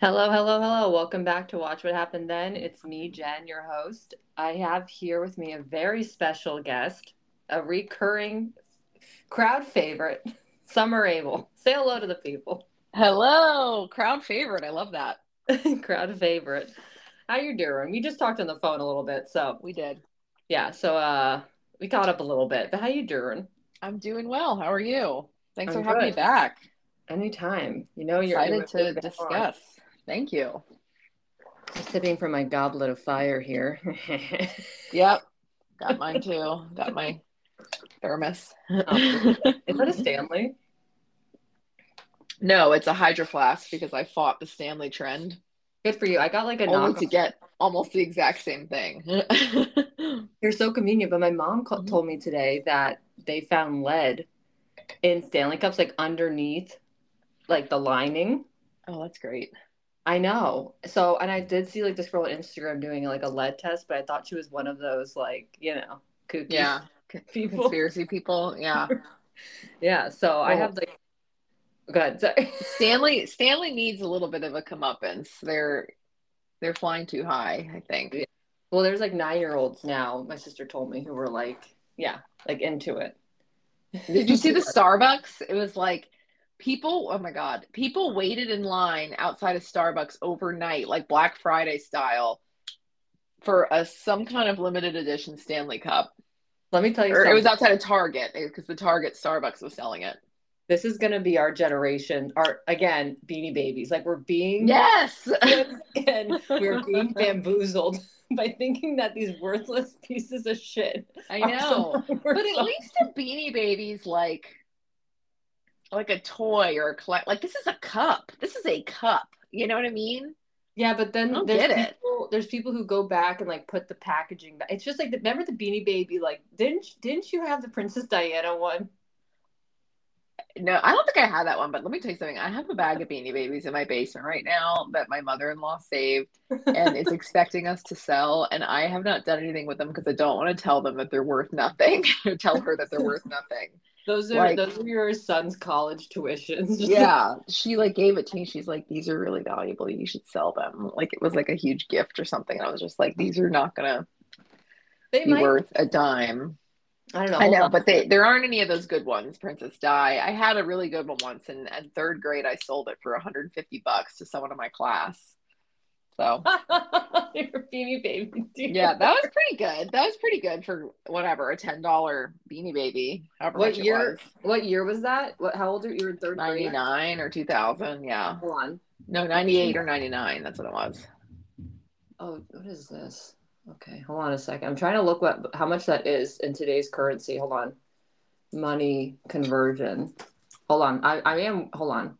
Hello, hello, hello. Welcome back to Watch What Happened Then. It's me, Jen, your host. I have here with me a very special guest, a recurring crowd favorite, Summer Abel. Say hello to the people. Hello, Oh, crowd favorite. I love that. crowd favorite. How you doing? We just talked on the phone a little bit, so We did. yeah, so uh we caught up a little bit. But how you doing? I'm doing well. How are you? Thanks I'm for having me good. back. Anytime. You know you're Excited to innovative and discuss. on. Thank you. I'm sipping from my goblet of fire here. Yep. Got mine too. Got my thermos. Um, Is that a Stanley? no, it's a Hydro Flask because I fought the Stanley trend Good for you. I got like a only knock. to get almost the exact same thing. They're so convenient. But my mom co- Mhm. told me today that they found lead in Stanley cups, like underneath, like the lining. oh, that's great. I know. So, and I did see like this girl on Instagram doing like a lead test, but I thought she was one of those like you know kooky Yeah. people. Conspiracy people. Yeah. Yeah. So I Oh. have like. Good. Sorry. Stanley Stanley needs a little bit of a comeuppance. They're they're flying too high, I think. Well, there's like nine year olds now. My sister told me who were like, yeah, like into it. Did you see the Starbucks? It was like people, oh my God, people waited in line outside of Starbucks overnight, like Black Friday style, for a some kind of limited edition Stanley Cup. Let me tell you Or something. Er, it was outside of Target because the Target Starbucks was selling it. this is gonna be our generation. Our again, beanie babies. Like we're being Yes. and we're being bamboozled by thinking that these worthless pieces of shit. I are know. something we're But at so- least a beanie baby's like like a toy or a collect like this is a cup. This is a cup. You know what I mean? yeah, but I then don't there's get it. people, there's people who go back and like put the packaging back. It's just like the, remember the beanie baby. Like didn't didn't you have the Princess Diana one? No, I don't think I had that one, but let me tell you something. I have a bag of Beanie Babies in my basement right now that my mother-in-law saved and is expecting us to sell, and I have not done anything with them because I don't want to tell them that they're worth nothing or tell her that they're worth nothing. Those are Like- those are your son's college tuitions. Just- Yeah, she like gave it to me. She's like, "These are really valuable. You should sell them." Like it was like a huge gift or something. And I was just like, "These are not gonna they be might. worth a dime." I don't know. I hold know, on. but they there aren't any of those good ones. Princess Di. I had a really good one once, and in third grade, I sold it for 150 bucks to someone in my class. So your beanie baby. Dude. yeah, that was pretty good. That was pretty good for whatever a ten dollar Beanie Baby. However What much year- It was. What year was that? What? How old are you? You were in third grade. 99 or 2000 yeah Hold on. no 98 or 99 that's what it was Oh, what is this? Okay, hold on a second. I'm trying to look what how much that is in today's currency. Hold on. Money conversion. Hold on. I, I am hold on.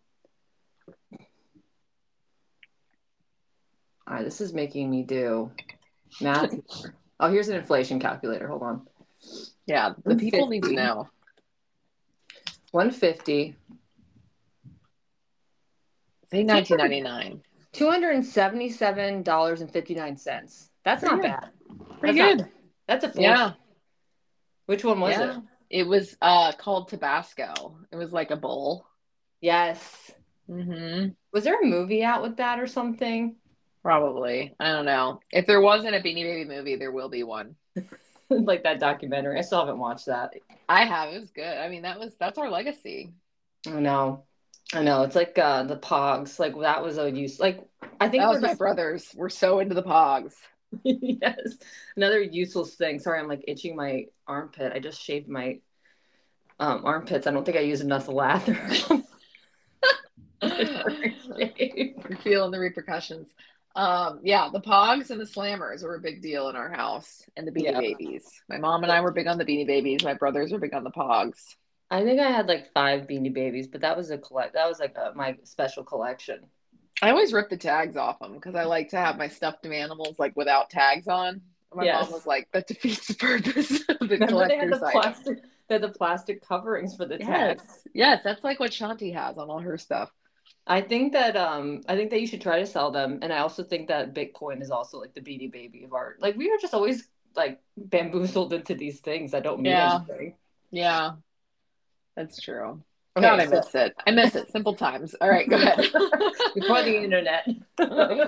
All right, this is making me do math. here. oh, here's an inflation calculator. Hold on. yeah the people need to 50. know 150, say 1999 $277.59. That's not Yeah. bad. pretty That's good That's a four. yeah Which one was it? yeah. it was uh called tabasco it was like a bowl Yes. hmm Was there a movie out with that or something? Probably. I don't know. If there wasn't a Beanie Baby movie, there will be one. like that documentary. I still haven't watched that. I have. It was good. I mean, that was that's our legacy. I know. I know. It's like uh the Pogs. Like that was a use like I think That was we're my brothers. We're so into the Pogs. yes. Another useless thing. Sorry, I'm like itching my armpit. I just shaved my um armpits. I don't think I used enough lather. You're feeling the repercussions. Um, yeah, the Pogs and the Slammers were a big deal in our house, and the Beanie Yeah. Babies. My mom and I were big on the Beanie Babies. My brothers were big on the Pogs. I think I had like five beanie babies, but that was a collect that was like a, my special collection. I always rip the tags off them because I like to have my stuffed animals like without tags on. My Yes. mom was like, "That defeats the purpose of the Remember they had the collector's item." plastic they had the plastic coverings for the Yes. tags. Yes, that's like what Shanti has on all her stuff. I think that um I think that you should try to sell them, and I also think that Bitcoin is also like the beanie baby of art. Like we are just always like bamboozled into these things that don't mean Yeah. anything. Yeah. That's true. Okay, God, I so- miss it. I miss it. Simple times. All right, go ahead. before the internet.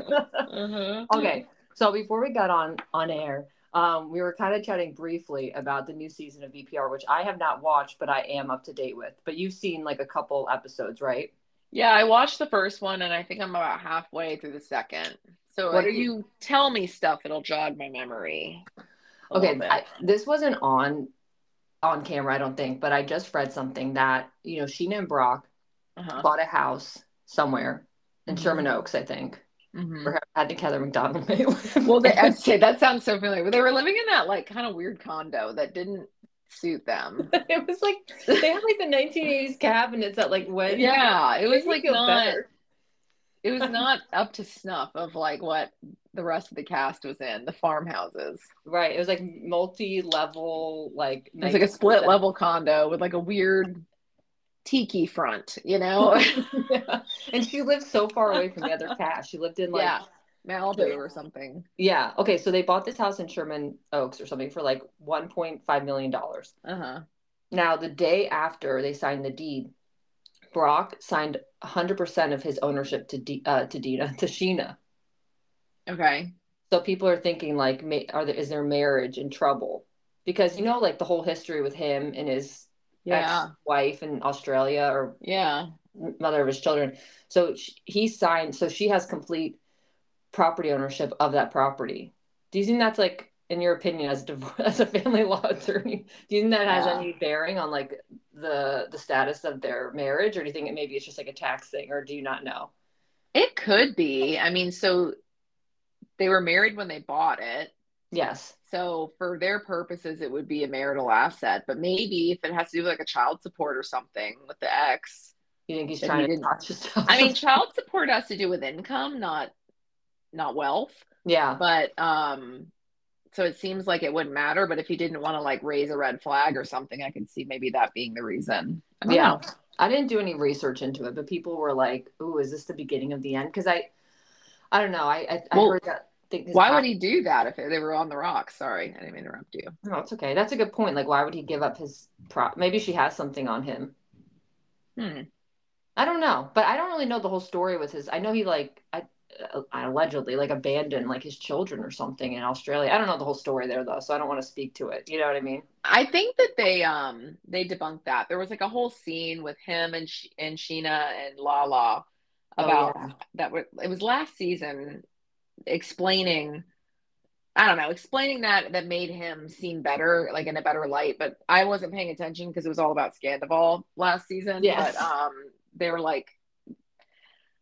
Mhm. okay, so before we got on on air, um, we were kind of chatting briefly about the new season of VPR, which I have not watched, but I am up to date with. But you've seen like a couple episodes, right? Yeah, I watched the first one and I think I'm about halfway through the second. So What if are you- you tell me stuff, it'll jog my memory. a Okay, little bit. I, this wasn't on on camera, I don't think, but I just read something that you know Sheena and Brock Uh-huh. bought a house somewhere in Mhm. Sherman Oaks, I think. Mhm. Or I think Heather McDonald. may live. Well, they, I'd say that sounds so familiar. But they were living in that like kind of weird condo that didn't suit them. it was like they had like the 1980s cabinets that like went. Yeah, it Made was me like feel not. better. It was not up to snuff of like what the rest of the cast was in the farmhouses. right. It was like multi-level, like It's like a split level condo with like a weird tiki front, you know, Yeah. And she lived so far away from the other cast. She lived in like Yeah. Malibu or something. Yeah. Okay. So they bought this house in Sherman Oaks or something for like $1.5 million. Uh huh. Now, the day after they signed the deed, Brock signed 100% of his ownership to D- uh, to Dina, to Sheena. Okay. So people are thinking like, ma- are there, is their marriage in trouble? Because you know, like the whole history with him and his Yeah. ex-wife in Australia or Yeah. mother of his children. So sh he signed, so she has complete property ownership of that property. Do you think that's like, in your opinion, as a divorce, as a family law attorney, do you think that has Yeah. any bearing on like the the status of their marriage, or do you think it maybe it's just like a tax thing, or do you not know? It could be. I mean, so they were married when they bought it. Yes. So for their purposes, it would be a marital asset. But maybe if it has to do with like a child support or something with the ex. You think he's That he trying to didn't- not just? I mean, child support has to do with income, not not wealth. yeah, But um so it seems like it wouldn't matter, but if you didn't want to like raise a red flag or something, I could see maybe that being the reason. I don't Yeah. know. I didn't do any research into it, but people were like, "Ooh, is this the beginning of the end?" Because I, I don't know. I I, I Well, heard that. Think his Why pa- would he do that if they were on the rocks? Sorry, I didn't mean to interrupt you. No, it's okay. That's a good point. Like, why would he give up his prop? Maybe she has something on him. Hmm. I don't know, but I don't really know the whole story with his. I know he like I, uh, allegedly like abandoned like his children or something in Australia. I don't know the whole story there though, so I don't want to speak to it. You know what I mean? I think that they um they debunked that. There was like a whole scene with him and Sh- and Sheena and Lala Oh, about yeah. that were it was last season explaining I don't know, explaining that that made him seem better, like in a better light, but I wasn't paying attention because it was all about Scandival last season, Yes. but um they were like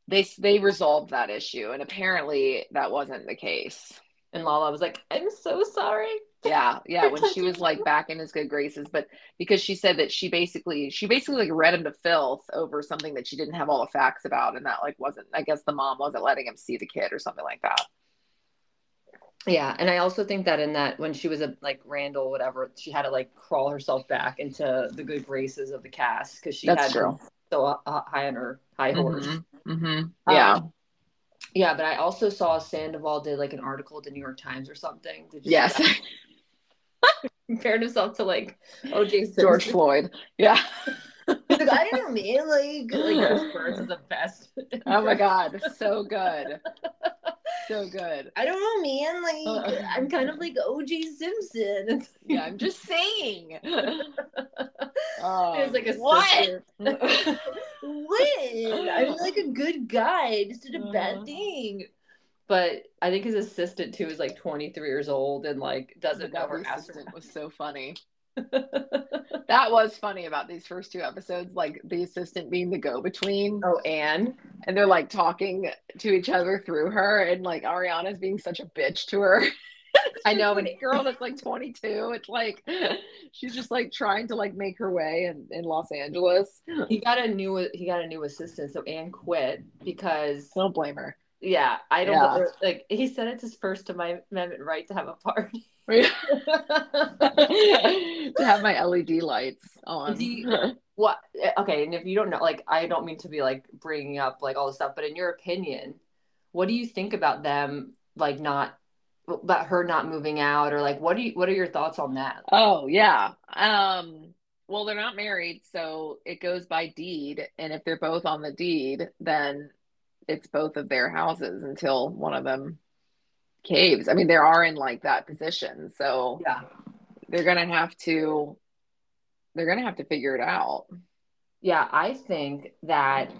they they resolved that issue and apparently that wasn't the case. And Lala was like, "I'm so sorry." Yeah, yeah, when she was like back in his good graces, but because she said that she basically she basically like read him to filth over something that she didn't have all the facts about, and that like wasn't I guess the mom wasn't letting him see the kid or something like that. Yeah, and I also think that in that when she was a like Randall, whatever, she had to like crawl herself back into the good graces of the cast because she had That's true. so uh, high on her high horse. Mhm, mhm. mm-hmm. Yeah. Oh. Um, Yeah, but I also saw Sandoval did like an article at the New York Times or something. Did you see Yes. that? compared himself to like OJ Simpson. George Floyd. Yeah. He's like, I don't know, man. Like, like Chris Burns is the best. Oh my God. So good. So good. I don't know, man. Uh, Like, I'm kind of like OJ Simpson. It's, Yeah, I'm just saying. it was like a Um, what? sister. What? I'm like a good guy. I just did a Uh-huh. bad thing. But I think his assistant too is like 23 years old and like doesn't know her That ass. from- assistant was so funny. that was funny about these first two episodes, like the assistant being the go-between, Oh, Anne. and they're like talking to each other through her, and like Ariana's being such a bitch to her. I know, This and girl that's like 22. It's like she's just like trying to like make her way in, in Los Angeles. he got a new he got a new assistant, so Anne quit because Don't blame her. Yeah, I don't Oh. Yeah. or, like he said it's his First Amendment right to have a party. to have my LED lights on. Do you- what? Okay, and if you don't know, like I don't mean to be like bringing up like all this stuff, but in your opinion, what do you think about them like not about her not moving out or like what do you what are your thoughts on that? Oh yeah. Oh, Um Well, they're not married, so it goes by deed. And if they're both on the deed, then it's both of their houses until one of them caves. I mean, they are in like that position, so Yeah. they're gonna have to they're gonna have to figure it out. Yeah, I think that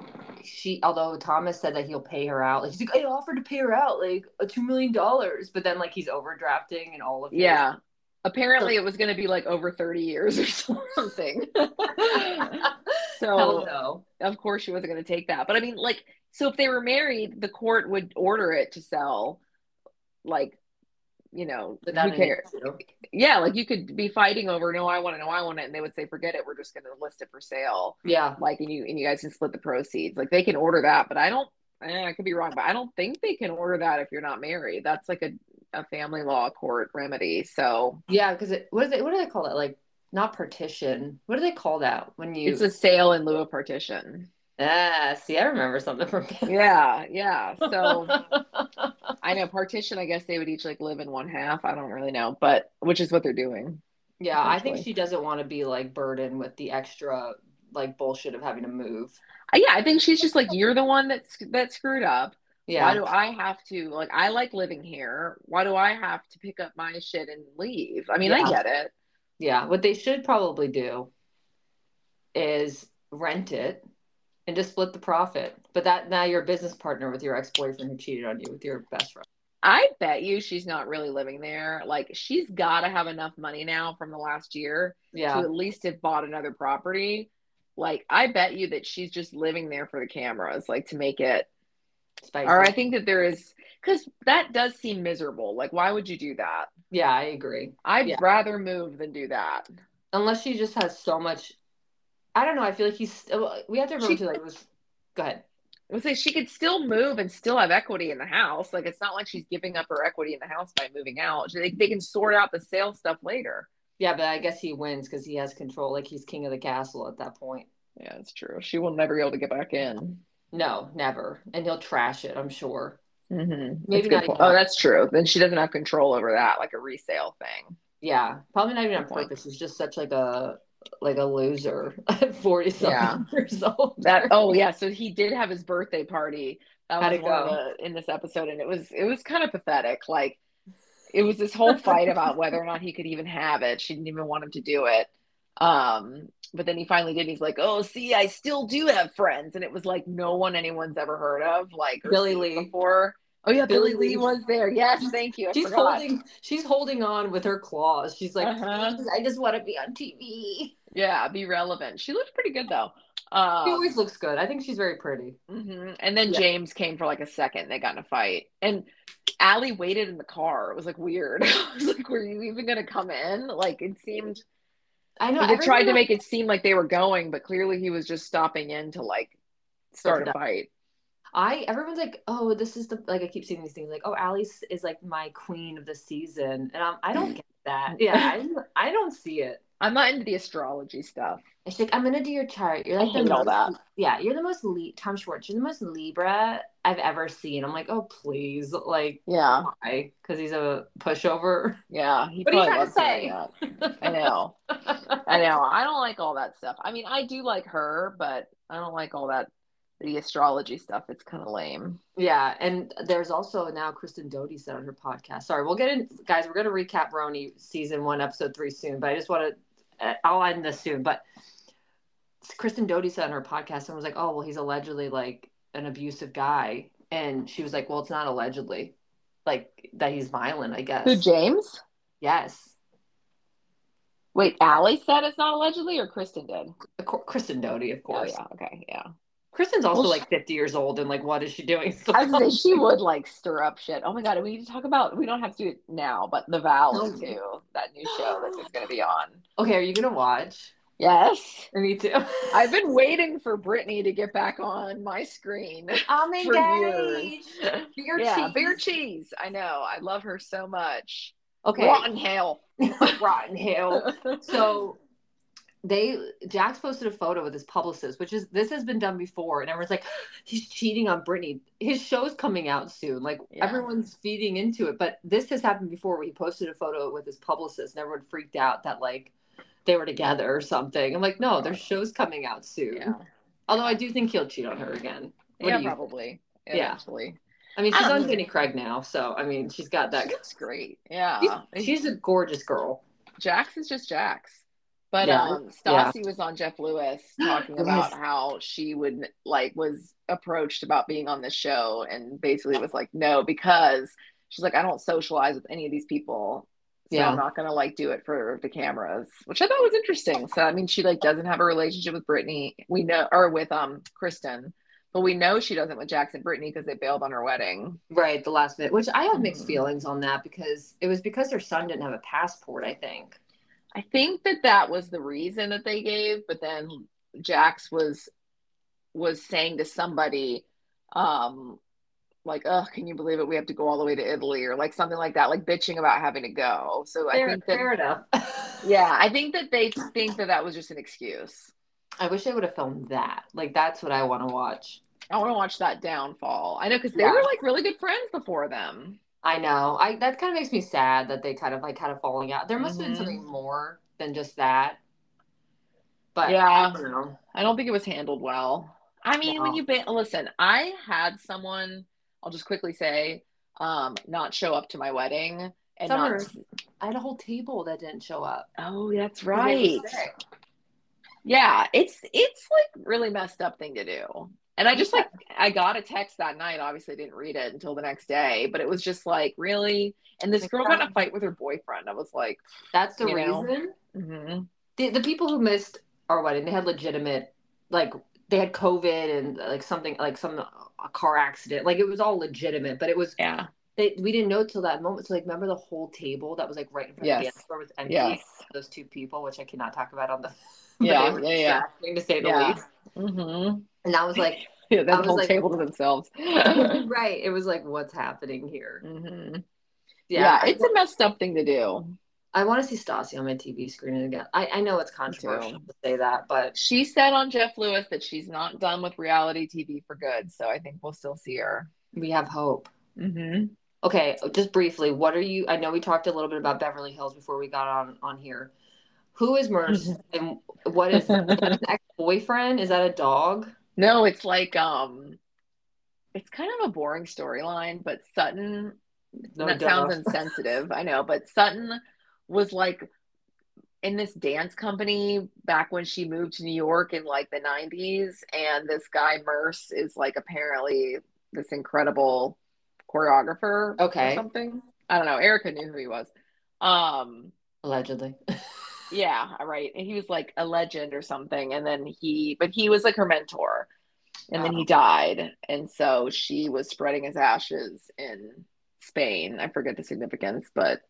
she, although Thomas said that he'll pay her out, like he's like, I offered to pay her out like a two million dollars, but then like he's overdrafting and all of his- Yeah. Apparently, it was gonna be like over thirty years or something. Hell so no. of course she wasn't gonna take that. But I mean, like, so if they were married, the court would order it to sell. Like, you know, But that who cares? issue. yeah, like you could be fighting over no, I want it, no, I want it, and they would say, forget it, we're just going to list it for sale. Yeah, Like, and you and you guys can split the proceeds. Like they can order that, but I don't. eh, I could be wrong, but I don't think they can order that if you're not married. That's like a a family law court remedy. So yeah, because it what is it? What do they call that? Like not partition. What do they call that when you? it's a sale in lieu of partition. ah, see, I remember something from. Yeah, yeah. So I know partition. I guess they would each like live in one half. I don't really know, but which is what they're doing. yeah, I think Essentially. she doesn't want to be like burdened with the extra like bullshit of having to move. Uh, Yeah, I think she's just like you're the one that's that screwed up. Why Yeah, do I have to like I like living here. Why do I have to pick up my shit and leave? I mean, I Yeah. get it. yeah. What they should probably do is rent it and just split the profit. But that now you're a business partner with your ex boyfriend who cheated on you with your best friend. I bet you she's not really living there. Like she's got to have enough money now from the last year to Yeah, at least have bought another property. Like I bet you that she's just living there for the cameras, like to make it. spicy. Or I think that there is cuz that does seem miserable. Like why would you do that? Yeah, I agree. I'd Yeah. rather move than do that. unless she just has so much. I don't know. I feel like he's. We have to remember She- too. Like, it was go ahead. would say she could still move and still have equity in the house. Like it's not like she's giving up her equity in the house by moving out. They, they can sort out the sale stuff later. Yeah, but I guess he wins because he has control. Like he's king of the castle at that point. Yeah, it's true. She will never be able to get back in. No, never. And he'll trash it. I'm sure. Mm-hmm. Maybe not even- Oh, that's true. Then she doesn't have control over that, like a resale thing. Yeah, probably not even on Good point. purpose. He's just such like a like a loser at forty something Yeah. years old. That oh yeah. So he did have his birthday party. That How'd was it one of go? the- in this episode, and it was it was kind of pathetic. Like it was this whole fight about whether or not he could even have it. She didn't even want him to do it. Um, but then he finally did. and He's like, "Oh, see, I still do have friends," and it was like no one anyone's ever heard of, like or Billy seen Lee. before. Oh yeah, Billy, Billy Lee Lee. was there. Yes, thank you. I She's forgot. holding. She's holding on with her claws. She's like, Uh-huh. "Please, I just want to be on TV. Yeah, be relevant. She looked pretty good though. Um, she always looks good. I think she's very pretty. hmm And then Yeah. James came for like a second. They got in a fight, and Allie waited in the car. It was like weird. I was like, "Were you even gonna come in?" Like it seemed. I know. They tried everyone- to make it seem like they were going, but clearly he was just stopping in to like start a fight. I everyone's like, oh, this is the like I keep seeing these things like, oh, Alice is like my queen of the season, and I'm, I don't get that. Yeah, I, I don't see it. I'm not into the astrology stuff. And she's like, I'm gonna do your chart. You're I like the hate all most- that. Yeah, you're the most Le- Tom Schwartz. You're the most Libra I've ever seen. I'm like, oh please, like Yeah, why? Because he's a pushover. yeah. He What are you probably trying to loves doing that. I know. I know. I don't like all that stuff. I mean, I do like her, but I don't like all that the astrology stuff. It's kind of lame. Yeah, and there's also now Kristen Doty said on her podcast. Sorry, we'll get in, guys. We're gonna recap Roni season one, episode three soon. But I just want to, I'll end this soon. But Kristen Doty said on her podcast and was like, "Oh, well, he's allegedly like an abusive guy," and she was like, "Well, it's not allegedly, like that he's violent, I guess." Who, James? yes, Wait, Allie said it's not allegedly, or Kristen did? Of cour- Kristen Doty, of Oh course. yeah, okay, yeah. Kristen's also Well, she- like 50 years old, and like, what is she doing? I was gonna say she would like stir up shit. Oh my god, we need to talk about. We don't have to do it now, but The Valley Oh. too. That new show that is gonna be on. okay, are you gonna watch? Yes, Me too. I've been waiting for Brittany to get back on my screen. I'm for years. engaged. Beer yeah, cheese. beer cheese. I know. I love her so much. Okay. Rotten hell. Rotten Hill. So they Jack's posted a photo with his publicist, which is this has been done before, and everyone's like, he's cheating on Brittany. His show's coming out soon. Like Yeah. everyone's feeding into it. But this has happened before where he posted a photo with his publicist and everyone freaked out that like they were together or something. I'm like, no, there's show's coming out soon. Yeah. Although I do think he'll cheat on her again. What yeah, do you- probably. Yeah. Eventually. I mean, she's I don't on know. Jenny Craig now, so I mean, she's got that. She looks great. Yeah. She's, she's a gorgeous girl. Jax is just Jax. But Yeah. um Yeah. Stassi was on Jeff Lewis talking about how she would like was approached about being on the show and basically was like, No, because she's like, I don't socialize with any of these people. So Yeah. I'm not gonna like do it for the cameras, which I thought was interesting. So I mean she like doesn't have a relationship with Brittany. We know or with um Kristen, but we know she doesn't with Jax and Brittany because they bailed on her wedding. Right, the last minute, which I have mixed Mhm. feelings on that because it was because her son didn't have a passport, I think. I think that that was the reason that they gave, but then Jax was was saying to somebody, um, like, "Oh, can you believe it? We have to go all the way to Italy," or like something like that, like bitching about having to go. So I think that, enough. yeah, I think that they think that that was just an excuse. I wish they would have filmed that. Like that's what I want to watch. I want to watch that downfall. I know because they Yeah. were like really good friends before them. I know. I that kind of makes me sad that they kind of like had a falling out. There must have Mhm. been something more than just that. But Yeah. I don't know. I don't think it was handled well. I mean, when No. you ba- listen, I had someone. I'll just quickly say, um, not show up to my wedding and Summer, not. I had a whole table that didn't show up. Oh, that's 'cause they right. were sick. Yeah, it's it's like really messed up thing to do. And I just Yeah. like I got a text that night. Obviously, I didn't read it until the next day, but it was just like really. And this girl got in a fight with her boyfriend. I was like, That's the You know. reason. mhm. the, the people who missed our wedding they had legitimate like they had covid and like something like some a car accident like it was all legitimate but it was yeah, they, we didn't know till that moment so like remember the whole table that was like right in front of Yes. the dance floor was empty yes, those two people which i cannot talk about on the Yeah, but they were yeah, yeah. distracting, to say the Yeah. least hmm and i was like yeah. That was whole like- table to themselves. right it was like what's happening here hmm yeah, Yeah, it's a messed up thing to do. i, want to see stassi on my tv screen again i, I know it's controversial to say that but She said on Jeff Lewis that she's not done with reality TV for good, so I think we'll still see her. we have hope Mm-hmm. Okay, just briefly, what are you? I know we talked a little bit about Beverly Hills before we got on on here. Who is Merce and what is an ex-boyfriend? Is that a dog? no, it's like um, it's kind of a boring storyline, but Sutton. No that duh. sounds insensitive, I know, but Sutton was like in this dance company back when she moved to New York in like the '90s, and this guy Merce is like apparently this incredible choreographer. or Okay. something. I don't know. Erica knew who he was. Um, Allegedly. yeah, all right. And he was like a legend or something. And then he, but he was like her mentor. And then he Oh. died. And so she was spreading his ashes in Spain. I forget the significance, but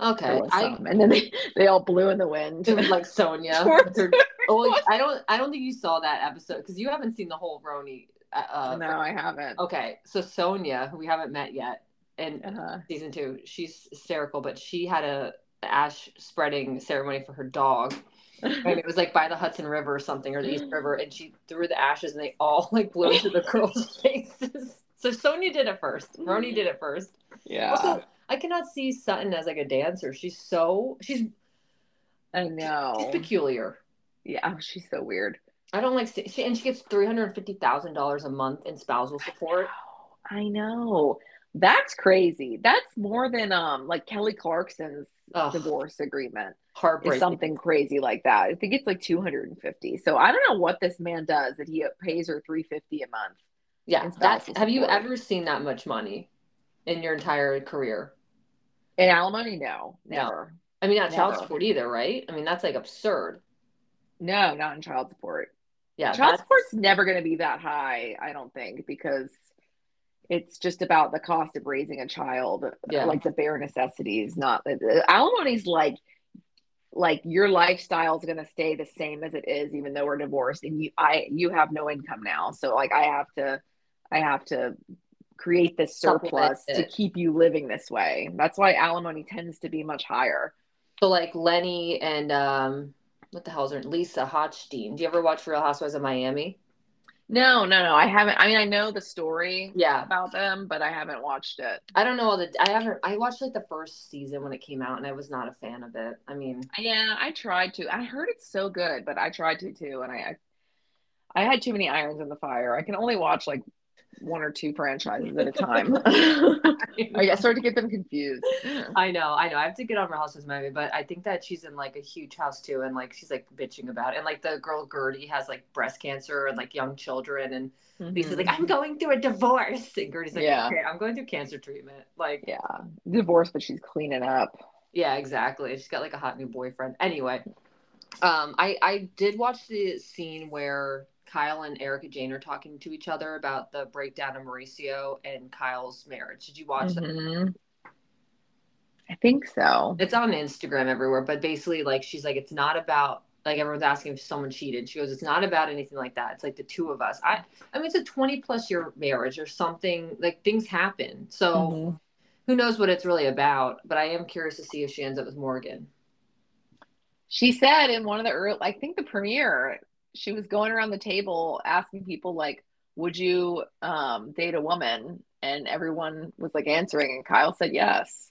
there Okay, was I some. And then they, they all blew in the wind. it was like Sonia. Sure. With her- oh, like, I don't. I don't think you saw that episode because you haven't seen the whole Roni. Uh, uh, no, I haven't. Okay, so Sonia, who we haven't met yet, and Uh-huh. season two, she's hysterical, but she had a ash spreading ceremony for her dog. and it was like by the Hudson River or something or the East River, and she threw the ashes and they all like blew into the girls' faces. So Sonia did it first. Roni did it first. Yeah. Also, I cannot see Sutton as like a dancer. She's so she's I know. she's peculiar. yeah. oh, she's so weird. I don't like see- she and she gets three hundred and fifty thousand dollars a month in spousal support. I know. That's crazy. That's more than um like Kelly Clarkson's Ugh, divorce agreement. is heartbreaking. something crazy like that. I think it's like 250. So I don't know what this man does that he pays her 350 a month. yeah, in that's spousal have you support. ever seen that much money in your entire career? In alimony, no, No. never. I mean, not child Never. support either, right? I mean, that's like absurd. No, not in child support. Yeah, child that's- support's never going to be that high, I don't think, because it's just about the cost of raising a child, Yeah. like the bare necessities. Not uh, alimony's like like your lifestyle's going to stay the same as it is, even though we're divorced, and you I you have no income now, so like I have to I have to create this Supplement surplus to it. keep you living this way. That's why alimony tends to be much higher. So like Lenny and um, what the hell's her Lisa Hochstein. Do you ever watch Real Housewives of Miami? No, no, no. I haven't. I mean, I know the story Yeah. about them, but I haven't watched it. I don't know all the. I haven't. I watched like the first season when it came out, and I was not a fan of it. I mean, Yeah, I tried to. I heard it's so good, but I tried to too, and I, I, I had too many irons in the fire. I can only watch like one or two franchises at a time. I I started to get them confused. I know, I know. I have to get on Real Housewives of Miami, but I think that she's in like a huge house too, and like she's like bitching about, it. and like the girl Gertie has like breast cancer and like young children, and Lisa's like, I'm going through a divorce, and Gertie's like, Mm-hmm. Yeah. okay, I'm going through cancer treatment. Like, yeah, divorced, but she's cleaning up. yeah, exactly. She's got like a hot new boyfriend. Anyway, um, I I did watch the scene where Kyle and Erica Jane are talking to each other about the breakdown of Mauricio and Kyle's marriage. Did you watch that? Mhm. I think so. it's on Instagram everywhere, but basically, like, she's like, it's not about like everyone's asking if someone cheated. She goes, it's not about anything like that. It's like the two of us. I, I mean, it's a twenty plus year marriage or something. Like things happen, so Mhm. who knows what it's really about? But I am curious to see if she ends up with Morgan. She said in one of the early, I think the premiere, she was going around the table asking people like, "Would you um, date a woman?" And everyone was like answering, and Kyle said yes.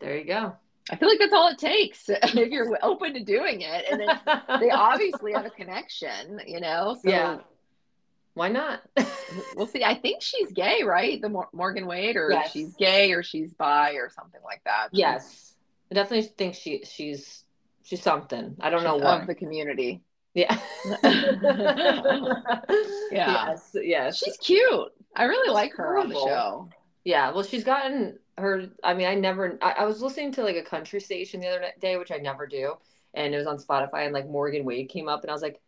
There you go. I feel like that's all it takes if you're open to doing it, and then they obviously have a connection, you know. So yeah. Why not? we'll see. I think she's gay, right? The Mor- Morgan Wade, or Yes. she's gay, or she's bi, or something like that. yes, I definitely think she she's she's something. I don't know She's what. of the community. yeah. Yeah. Yes. Yes. She's cute. I really She's like her on the adorable. show. Yeah, well, she's gotten her. I mean, I never. I, I was listening to like a country station the other ni- day, which I never do, and it was on Spotify, and like Morgan Wade came up, and I was like,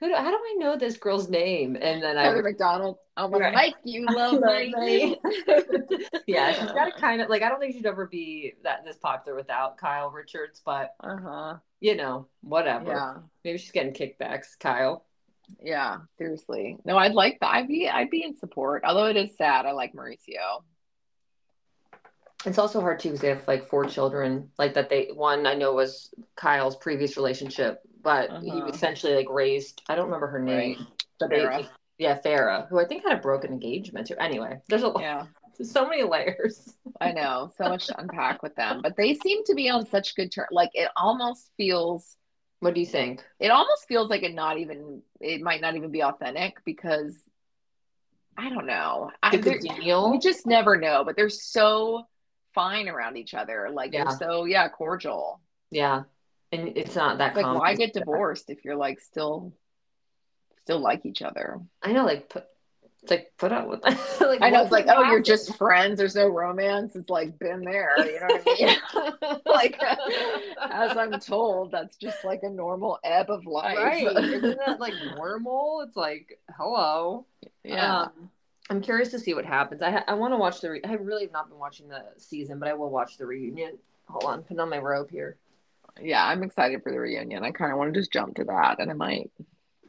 "Who? Do, how do I know this girl's name?" And then I, Heather McDonald. I'm Right. like you, love Love me. yeah, she's got a kind of like I don't think she'd ever be that this popular without Kyle Richards, but Uh huh. you know, whatever. Yeah. Maybe she's getting kickbacks, Kyle. Yeah. Seriously. No, I'd like that. I'd be. I'd be in support. Although it is sad. I like Mauricio. It's also hard too because they have like four children. Like that they one I know was Kyle's previous relationship, but he Uh-huh. essentially like raised I don't remember her name. Right. But they- Farrah. yeah, Farah, who I think had a broken engagement too. Anyway, there's a Yeah. there's so many layers. I know so much to unpack with them, but they seem to be on such good terms. Like it almost feels, What do you think? it almost feels like it not even, it might not even be authentic because I don't know. I, The they're- congenial? you just never know, but they're so fine around each other. Like Yeah. they're so yeah cordial. yeah. And it's not that It's like common. why get divorced if you're like still, still like each other? I know, like put it's like put up with like, I know what's it's like oh you're happening? just friends. There's no romance. It's like been there. You know what I mean? like as I'm told, that's just like a normal ebb of life. Right. Isn't that like normal? It's like, hello. yeah. Um, I'm curious to see what happens. I ha- I want to watch the. Re- I really have not been watching the season, but I will watch the reunion. Hold on, putting on my robe here. yeah, I'm excited for the reunion. I kind of want to just jump to that and I might.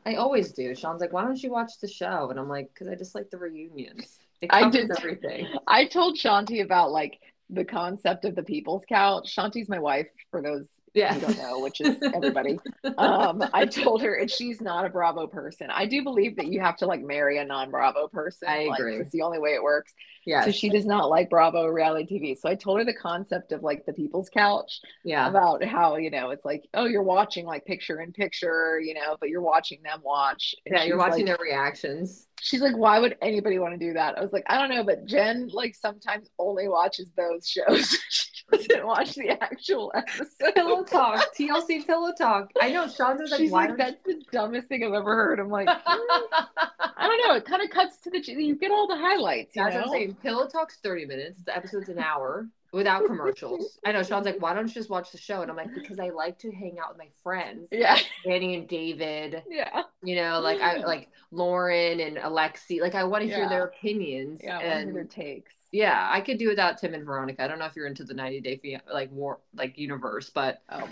I always do. Sean's like, "Why don't you watch the show?" And I'm like, "Cause I just like the reunions. It I covers did- everything." I told Shanti about like the concept of the people's couch. Shanti's my wife for those Yeah. who don't know, which is everybody. Um, I told her and she's not a Bravo person. I do believe that you have to like marry a non-Bravo person. I Like, agree. it's the only way it works. yeah. So she does not like Bravo or reality TV. So I told her the concept of like the people's couch yeah. about how you know it's like oh you're watching like picture in picture you know but you're watching them watch And Yeah. You're she's watching like, their reactions. she's like why would anybody want to do that i was like i don't know but jen like sometimes only watches those shows she doesn't watch the actual episode Pillow talk. TLC pillow talk. I know. Sean's just like, she's "Why like don't that's the dumbest thing i've ever heard i'm like you-" mm, i don't know it kind of cuts to the ch- you get all the highlights you That's what I'm know? saying. Pillow talk's 30 minutes. The episode's an hour without commercials. I know. Sean's like, why don't you just watch the show? And I'm like, because I like to hang out with my friends, yeah Danny and David, yeah you know, like I like Lauren and Alexi. Like I want to hear Yeah. their opinions. yeah I wonder and their takes yeah, I could do without Tim and Veronica. I don't know if you're into the 90 Day Fia- like war like universe, but oh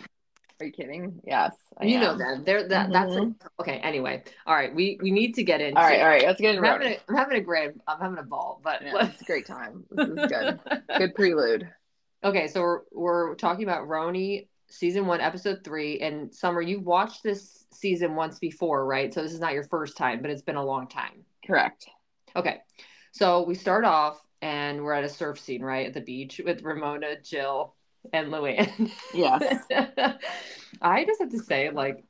are you kidding yes I you know am. them. They're that. That's like, Mm-hmm. okay. Anyway, all right. We we need to get into. all right all right let's get I'm into having, it a, I'm having a grand. I'm having a ball, but yeah, it's a great time this is good good prelude. Okay, so we're, we're talking about Roni season one, episode three. And Summer, you watched this season once before, right? So this is not your first time, but it's been a long time. Correct. Okay. So we start off and we're at a surf scene, right? At the beach with Ramona, Jill, and Luann. Yes. I just have to say, like,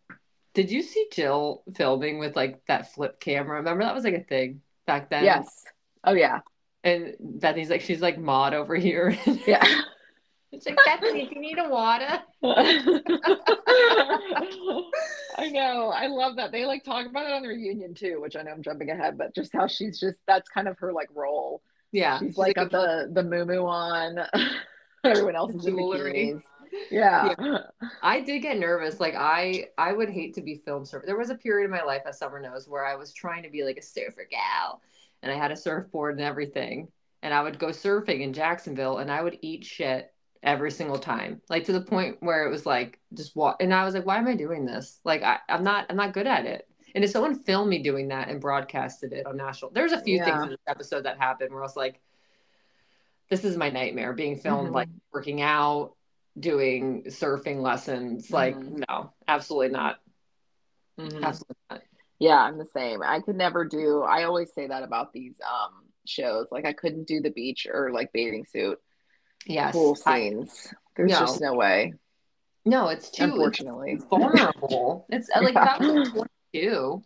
did you see Jill filming with like that flip camera? Remember that was like a thing back then? yes. Oh yeah. And Bethany's like, she's like mod over here. Yeah. it's like, Bethany, do you need a water? I know. I love that. They like talk about it on the reunion too, which I know I'm jumping ahead, but just how she's just that's kind of her like role. Yeah. She's like got the the moo on. Everyone else is in Jewelry. bikinis. Yeah. I did get nervous. Like I, I would hate to be film surfer. There was a period in my life, as Summer knows, where I was trying to be like a surfer gal, and I had a surfboard and everything, and I would go surfing in Jacksonville, and I would eat shit every single time, like to the point where it was like just walk. And I was like, why am I doing this? Like I, I'm not, I'm not good at it. And if someone filmed me doing that and broadcasted it on national, there's a few things Yeah. in this episode that happened where I was like, this is my nightmare being filmed Mhm. like working out doing surfing lessons like Mhm. no absolutely not Mhm. absolutely not Yeah, I'm the same. I could never do I always say that about these um shows. Like I couldn't do the beach or like bathing suit yes pool I- scenes. There's No. just no way, no it's too it's unfortunately. vulnerable it's uh, like Yeah. if I was like, 22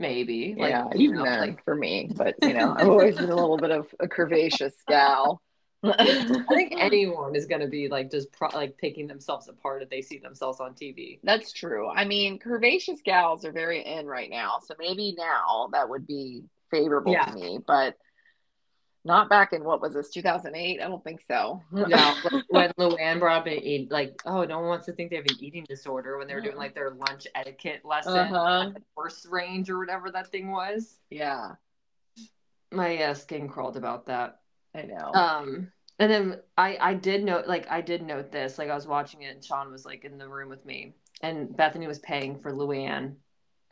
maybe like yeah, you even know, then like for me. But you know, I've always been a little bit of a curvaceous gal. I think anyone is going to be like just pro- like picking themselves apart if they see themselves on TV. That's true. I mean, curvaceous gals are very in right now, so maybe now that would be favorable Yeah. to me, but not back in what was this 2008? I don't think so. No, like when Luann brought up an eat, like, oh, no one wants to think they have an eating disorder when they were doing like their lunch etiquette lesson, Uh-huh. at the horse range or whatever that thing was. Yeah, my uh, skin crawled about that. I know. Um, and then I I did note like I did note this like I was watching it and Sean was like in the room with me and Bethany was paying for Luann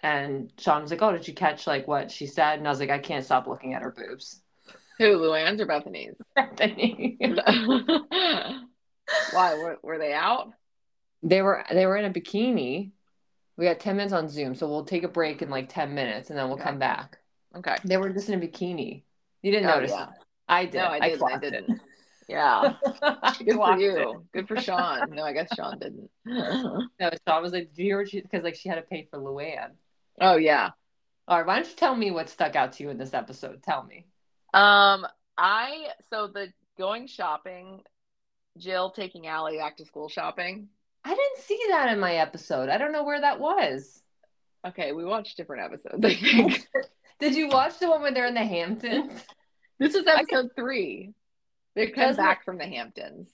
and Sean was like oh did you catch like what she said and I was like I can't stop looking at her boobs. Who, Luann's or Bethany's? Bethany. Why? Were, were they out? they were they were in a bikini. We got ten minutes on Zoom, so we'll take a break in like ten minutes and then we'll Okay. come back. Okay. They were just in a bikini. You didn't Oh, notice? yeah. that. I did. No, I didn't. I clocked it. didn't. Yeah. I Good for clocked you. it. Good for Sean. No, I guess Sean didn't. No, Sean was like, "Did you hear what she?" Because like she had to pay for Luann. oh yeah. All right, why don't you tell me what stuck out to you in this episode? Tell me. Um, I so the going shopping, Jill taking Allie back to school shopping. I didn't see that in my episode. I don't know where that was. Okay, we watched different episodes. I think Did you watch the one where they're in the Hamptons? this is episode three. They come Doesn't- back from the Hamptons.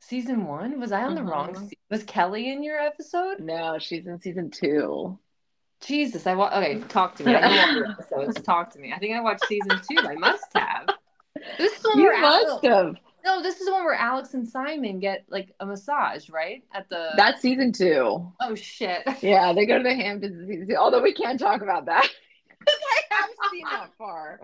Season one? Was I on the wrong? Mhm. Se- was Kelly in your episode? No, she's in season two. Jesus, I wa- okay. Talk to me. I don't watch your episodes. Talk to me. I think I watched season two. I must have. This is the one You where must Alex- have. no, this is the one where Alex and Simon get like a massage, right? At the That's season two. oh shit. Yeah, they go to the Hamptons in season two. Although we can't talk about that. 'Cause I haven't seen that far.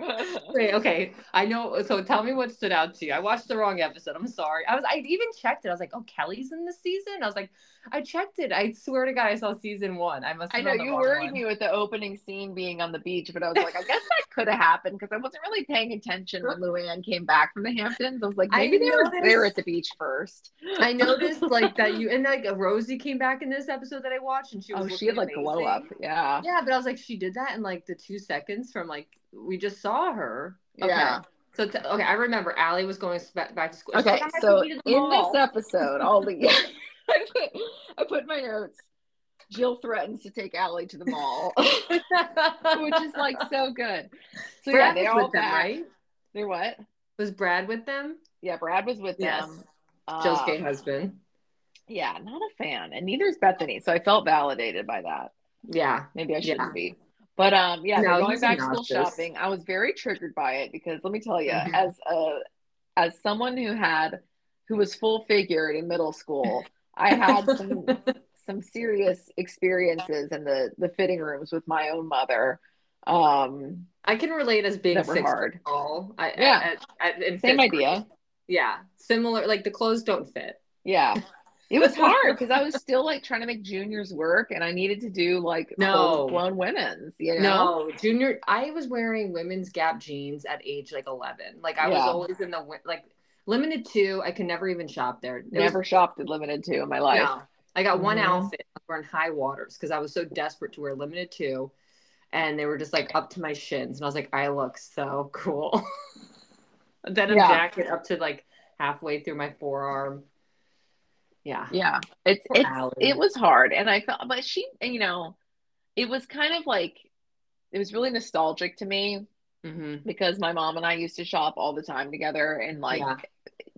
Wait, okay. I know. So tell me what stood out to you. I watched the wrong episode. I'm sorry. I was. I even checked it. I was like, oh, Kelly's in this season. I was like, I checked it. I swear to God, I saw season one. I must. I Have know been on the you wrong worried one. me with the opening scene being on the beach, but I was like, I guess that could have happened because I wasn't really paying attention when Luann came back from the Hamptons. I was like, I maybe they were they were noticed- at the beach first. I noticed like that you and like Rosie came back in this episode that I watched, and she was. Oh, she had like looking glow up. amazing. Yeah, Yeah, but I was like, she did that in like the two seconds from like we just saw her. Okay. yeah. So t- okay, I remember Allie was going sp- back to school. She's Okay, like, "I'm so gonna in go to the mall." this episode, all the I put I put in my notes. Jill threatens to take Allie to the mall, which is like so good. So yeah, Brad they're was all with them, back. right? They're what? Was Brad with them? Yeah, Brad was with Yes. them. Um, Jill's gay husband. Yeah, not a fan, and neither is Bethany. So I felt validated by that. Yeah. Maybe I shouldn't Yeah. be. But um, yeah, No, they're going he's back to obnoxious. school shopping. I was very triggered by it because let me tell you, Mhm. as a as someone who had who was full figured in middle school, I had some some serious experiences in the the fitting rooms with my own mother. Um, I can relate as being That were six hard. foot tall. I, Yeah. I- I- in same fifth grade. idea. Yeah. Similar. Like the clothes don't fit. Yeah. It was hard because I was still like trying to make juniors work and I needed to do like No. blown women's, you know? No, junior. I was wearing women's Gap jeans at age like eleven. Like I was Yeah. always in the wi- like limited two. I could never even shop there. It was- Never shopped at Limited 2 in my life. no. I got one Mhm. outfit. I was wearing high waters because I was so desperate to wear limited two, and they were just like up to my shins, and I was like, I look so cool. a denim Yeah. jacket up to like halfway through my forearm. Yeah. Yeah. It's Poor it's Allie. it was hard and I felt but she you know, it was kind of like it was really nostalgic to me hmm because my mom and I used to shop all the time together and like Yeah.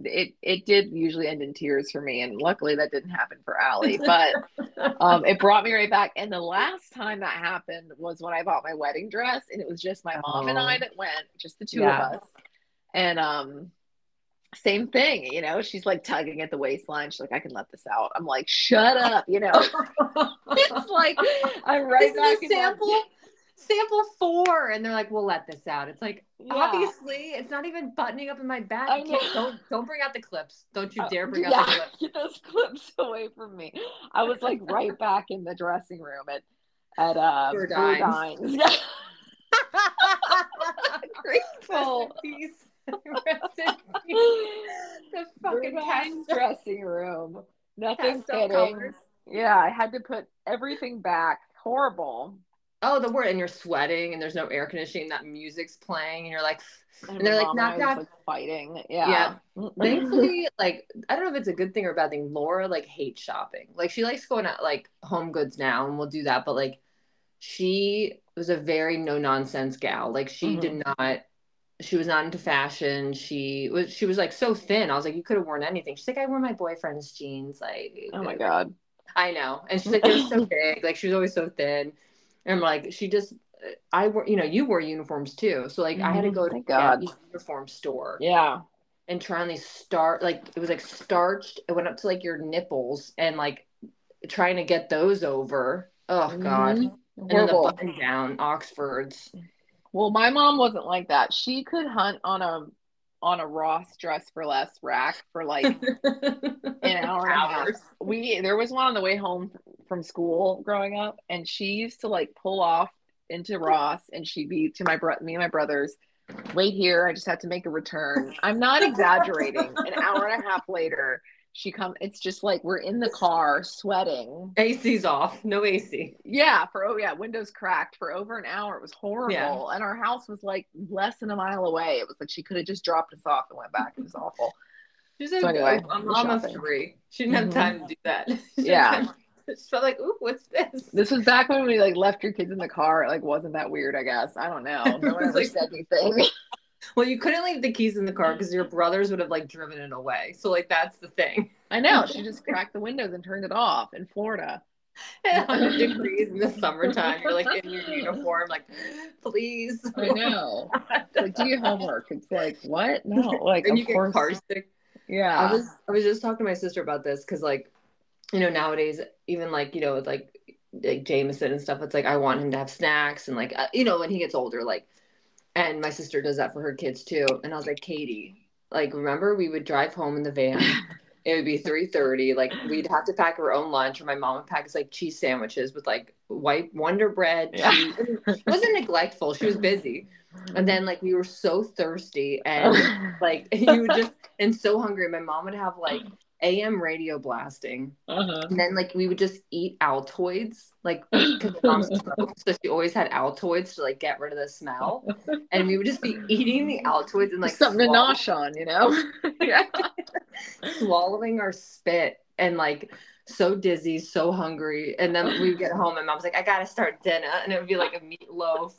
it it did usually end in tears for me and luckily that didn't happen for Allie but um it brought me right back and the last time that happened was when I bought my wedding dress and it was just my mom and Oh. I that went just the two Yeah. of us and um same thing you know she's like tugging at the waistline she's like I can let this out I'm like shut up you know it's like I'm right this back is a in that- sample sample four and they're like we'll let this out it's like Yeah. obviously it's not even buttoning up in my back I You can't- know. don't don't bring out the clips don't you Uh, dare bring yeah, out the clips Get those clips away from me. I was like right back in the dressing room at at uh Blue Blue Dimes. Dimes. Yeah, grateful. Rest in peace. Rest in peace. Blue the fucking Dimes cast dressing room. Nothing pastel fitting. colors. Yeah, I had to put everything back. Horrible. oh the word and you're sweating and there's no air conditioning that music's playing and you're like And they're my like, mom knock, I was, knock. like, fighting. Yeah. Yeah. thankfully like i don't know if it's a good thing or a bad thing laura like hates shopping like she likes going at like home goods now and we'll do that but like she was a very no nonsense gal like she did not she was not into fashion she was she was like so thin i was like you could have worn anything she's like i wore my boyfriend's jeans like oh my god. I know. And she's like, they're so big. Like she was always so thin. And I'm like, she just, I wore, you know, you wore uniforms too. So like, I had to Mhm. go to Thank God. the uniform store Yeah. and try on these star, like it was like starched. It went up to like your nipples and like trying to get those over. Oh God. Mhm. And then the Horrible. button down Oxfords. Well, my mom wasn't like that. She could hunt on a on a Ross dress for less rack for like an hour and a half. Hours. We there was one on the way home from school growing up, and she used to like pull off into Ross, and she'd be to my bro, me and my brothers, wait here. I just have to make a return. I'm not exaggerating. An hour and a half later, she come. It's just like we're in the car sweating. AC's off. No AC. Yeah, for oh yeah, windows cracked for over an hour. It was horrible, Yeah. and our house was like less than a mile away. It was like she could have just dropped us off and went back. It was awful. She's a, So anyway, a we're mom of shopping. "Oh, three. She didn't Mhm. have time to do that. She didn't Yeah. have time. She felt like, ooh, what's this? This was back when we like left your kids in the car. It like wasn't that weird, I guess. I don't know. No one It's ever like- said anything. Well, you couldn't leave the keys in the car because your Mm-hmm. brothers would have like driven it away. So like that's the thing. I know. She just cracked the windows and turned it off in Florida. 100 degrees in the summertime. You're like in your uniform, like please. I know. Like, do your homework. It's like what? No, like and of you get course. car sick. I Yeah. was I was just talking to my sister about this because like, you know, nowadays even like you know with like like Jameson and stuff, it's like I want him to have snacks and like uh, you know when he gets older, like, and my sister does that for her kids too. And I was like, Katie, like remember we would drive home in the van. It would be three thirty. Like we'd have to pack our own lunch, or my mom would pack us like cheese sandwiches with like white Wonder Bread. Yeah. cheese. It wasn't neglectful. She was busy, and then like we were so thirsty, and like you would just and so hungry my mom would have like am radio blasting Uh-huh. and then like we would just eat altoids like because mom smoked so she always had altoids to like get rid of the smell and we would just be eating the altoids and like something to swallow- nosh on, you know? yeah. swallowing our spit and like so dizzy so hungry and then we'd get home and mom's like i gotta start dinner and it would be like a meatloaf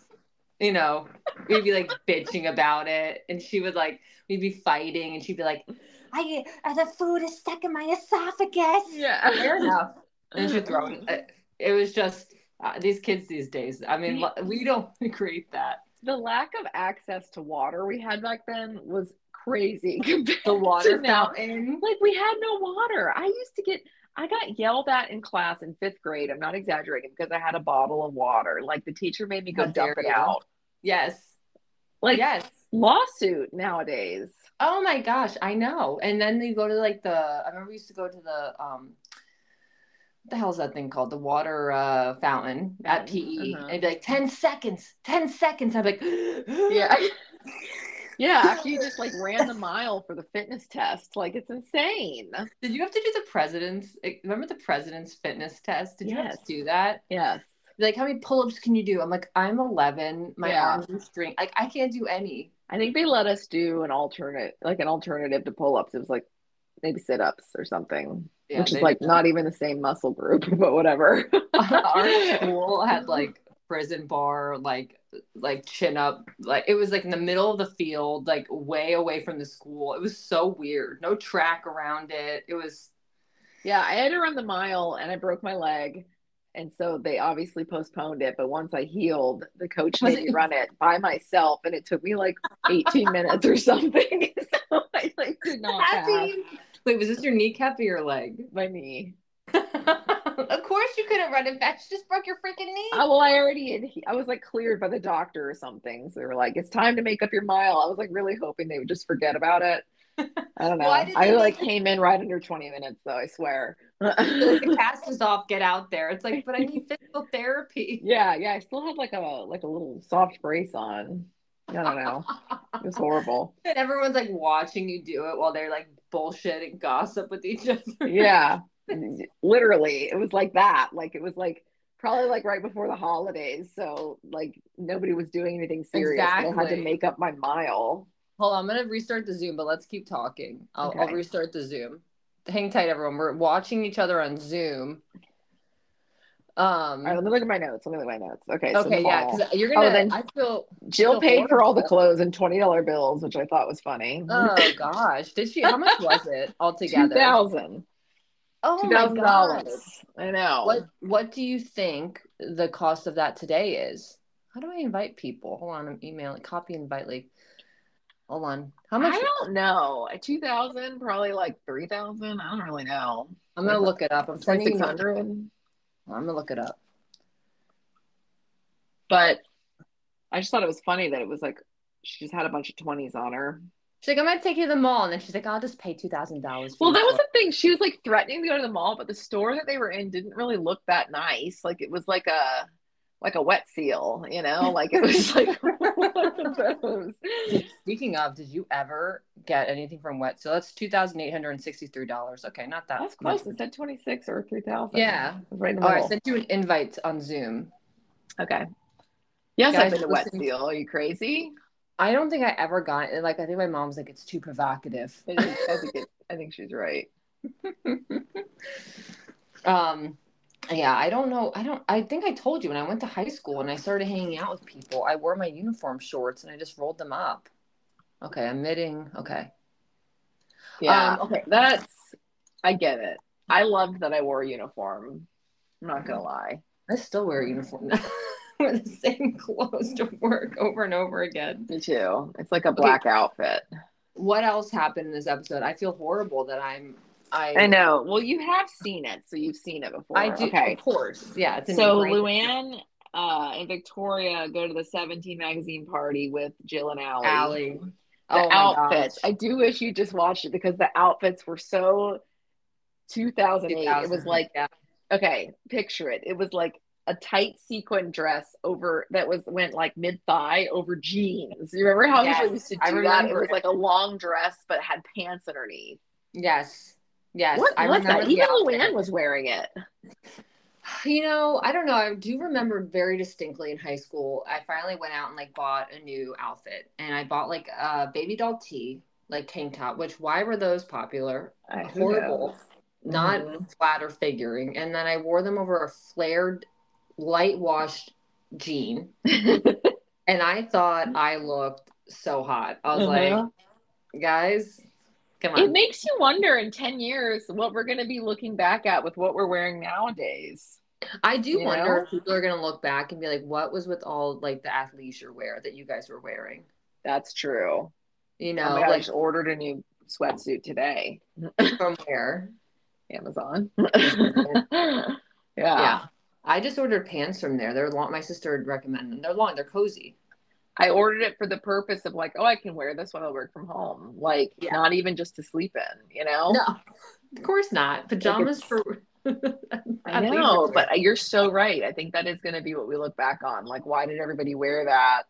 you know we'd be like bitching about it and she would like we'd be fighting and she'd be like i uh, the food is stuck in my esophagus Yeah. fair enough and she'd throw it Uh, it was just uh, these kids these days i mean Yeah. we don't create that the lack of access to water we had back then was crazy compared the water to now. fountain Like we had no water. I used to get I got yelled at in class in fifth grade. I'm not exaggerating because I had a bottle of water. Like the teacher made me go How dump dare it you. out. yes Like yes lawsuit nowadays. Oh my gosh, I know. And then you go to like the I remember we used to go to the um what the hell's that thing called? The water uh fountain at PE. Fountain, uh-huh. And it'd be like 10 seconds, 10 seconds. I'm like Yeah. yeah, after you just like ran the mile for the fitness test, like it's insane. Did you have to do the president's remember the president's fitness test? Did you have Yes. to do that? Yes. Like how many pull-ups can you do? I'm like, I'm eleven, my Yeah. arms are string like I can't do any. I think they let us do an alternate, like an alternative to pull ups. It was like maybe sit ups or something, Yeah, which is they- like not even the same muscle group, but whatever. our school had like prison bar like like chin up like it was like in the middle of the field like way away from the school it was so weird no track around it it was Yeah, I had to run the mile and I broke my leg. And so they obviously postponed it. But once I healed, the coach made me run it by myself and it took me like 18 minutes or something. So I like did Oh, not pass wait was this your kneecap or your leg my knee. of course you couldn't run it fast you just broke your freaking knee Oh, well, I already had, I was like cleared by the doctor or something. So they were like, it's time to make up your mile. I was like really hoping they would just forget about it. I don't know. Why did I they like make it- came in right under 20 minutes though, I swear. like, the cast is off get out there it's like but i need physical therapy Yeah, yeah, I still had like a like a little soft brace on. I don't know. It was horrible. and everyone's like watching you do it while they're like bullshit and gossip with each other Yeah. Literally, it was like that. Like it was like probably like right before the holidays, so like nobody was doing anything serious. and I had to Exactly. make up my mile. Hold on, I'm gonna restart the Zoom, but let's keep talking. I'll, I'll Okay. restart the Zoom. Hang tight, everyone. We're watching each other on Zoom. Um. All right, let me look at my notes. Let me look at my notes. Okay, so okay, yeah, Paul- because you're gonna. then- I feel. Jill so paid for all the horrible. clothes and twenty dollar bills, which I thought was funny. Oh gosh, did she? How much was it Two altogether? thousand. Oh Two my thousand gosh. dollars. I know. What What do you think the cost of that today is? How do I invite people? Hold on, I'm emailing. Copy invite link. Hold on. How much? I don't know. At two thousand, probably like three thousand. I don't really know. I'm gonna look it up. I'm Twenty sending. six you- I'm hundred. gonna look it up. But I just thought it was funny that it was like she just had a bunch of twenties on her. She's like, I'm gonna take you to the mall, and then she's like, I'll just pay two thousand dollars. Well, that was the thing. She was like threatening to go to the mall, but the store that they were in didn't really look that nice. Like it was like a like a wet seal, you know? Like it was like one of those. Speaking of, did you ever get anything from Wet? So that's two thousand eight hundred and sixty-three dollars. Okay, not that. That's much. close. It said twenty six or three thousand. Yeah. It was right in the All right, middle. I sent you an invite on Zoom. okay. Yes, Guys, I've been to wet listen- seal. Are you crazy? I don't think I ever got it. Like, I think my mom's like, it's too provocative. I think, I think, it, I think she's right. um, yeah, I don't know. I don't. I think I told you when I went to high school and I started hanging out with people. I wore my uniform shorts and I just rolled them up. Okay, I'm knitting. Okay. Yeah. Um, okay. That's I get it. I loved that I wore a uniform. I'm not gonna lie. I still wear a uniform now. wear the same clothes to work over and over again. Me too. It's like a black outfit. What else happened in this episode? I feel horrible that I'm I I know. Well, you have seen it, so you've seen it before. I do Okay. of course. Yeah, it's an So ingrained- Luann uh, and Victoria go to the 17 magazine party with Jill and Allie. Allie. The oh my outfits. gosh. I do wish you just watched it because the outfits were so 2008. It was 2000. like yeah. okay picture it it was like a tight sequin dress over that was went like mid thigh over jeans you remember how Yes, usually we used to I do that it remember was it. like a long dress but had pants underneath Yes. Yes. what I was remember that the even outfit. luann was wearing it You know, I don't know. I do remember very distinctly in high school, I finally went out and like bought a new outfit and I bought like a baby doll tee, like tank top, which why were those popular? I- who Uh, Horrible. knows? not Mhm. flatter figuring. And then I wore them over a flared, light washed jean. And I thought I looked so hot. I was Uh-huh. like, guys, come it on. makes you wonder in 10 years what we're going to be looking back at with what we're wearing nowadays I do you wonder know? if people are going to look back and be like, what was with all like the athleisure wear that you guys were wearing? that's true You oh know, my God, i like just ordered a new sweatsuit today from where? amazon Yeah. yeah I just ordered pants from there. They're long. My sister had recommended them. They're long. They're cozy. I ordered it for the purpose of like, oh, I can wear this when I work from home. Like, Yeah. not even just to sleep in, you know? No, of course not. Pajamas for. Oh. I at least know, for- but uh, you're so right. I think that is going to be what we look back on. Like, why did everybody wear that?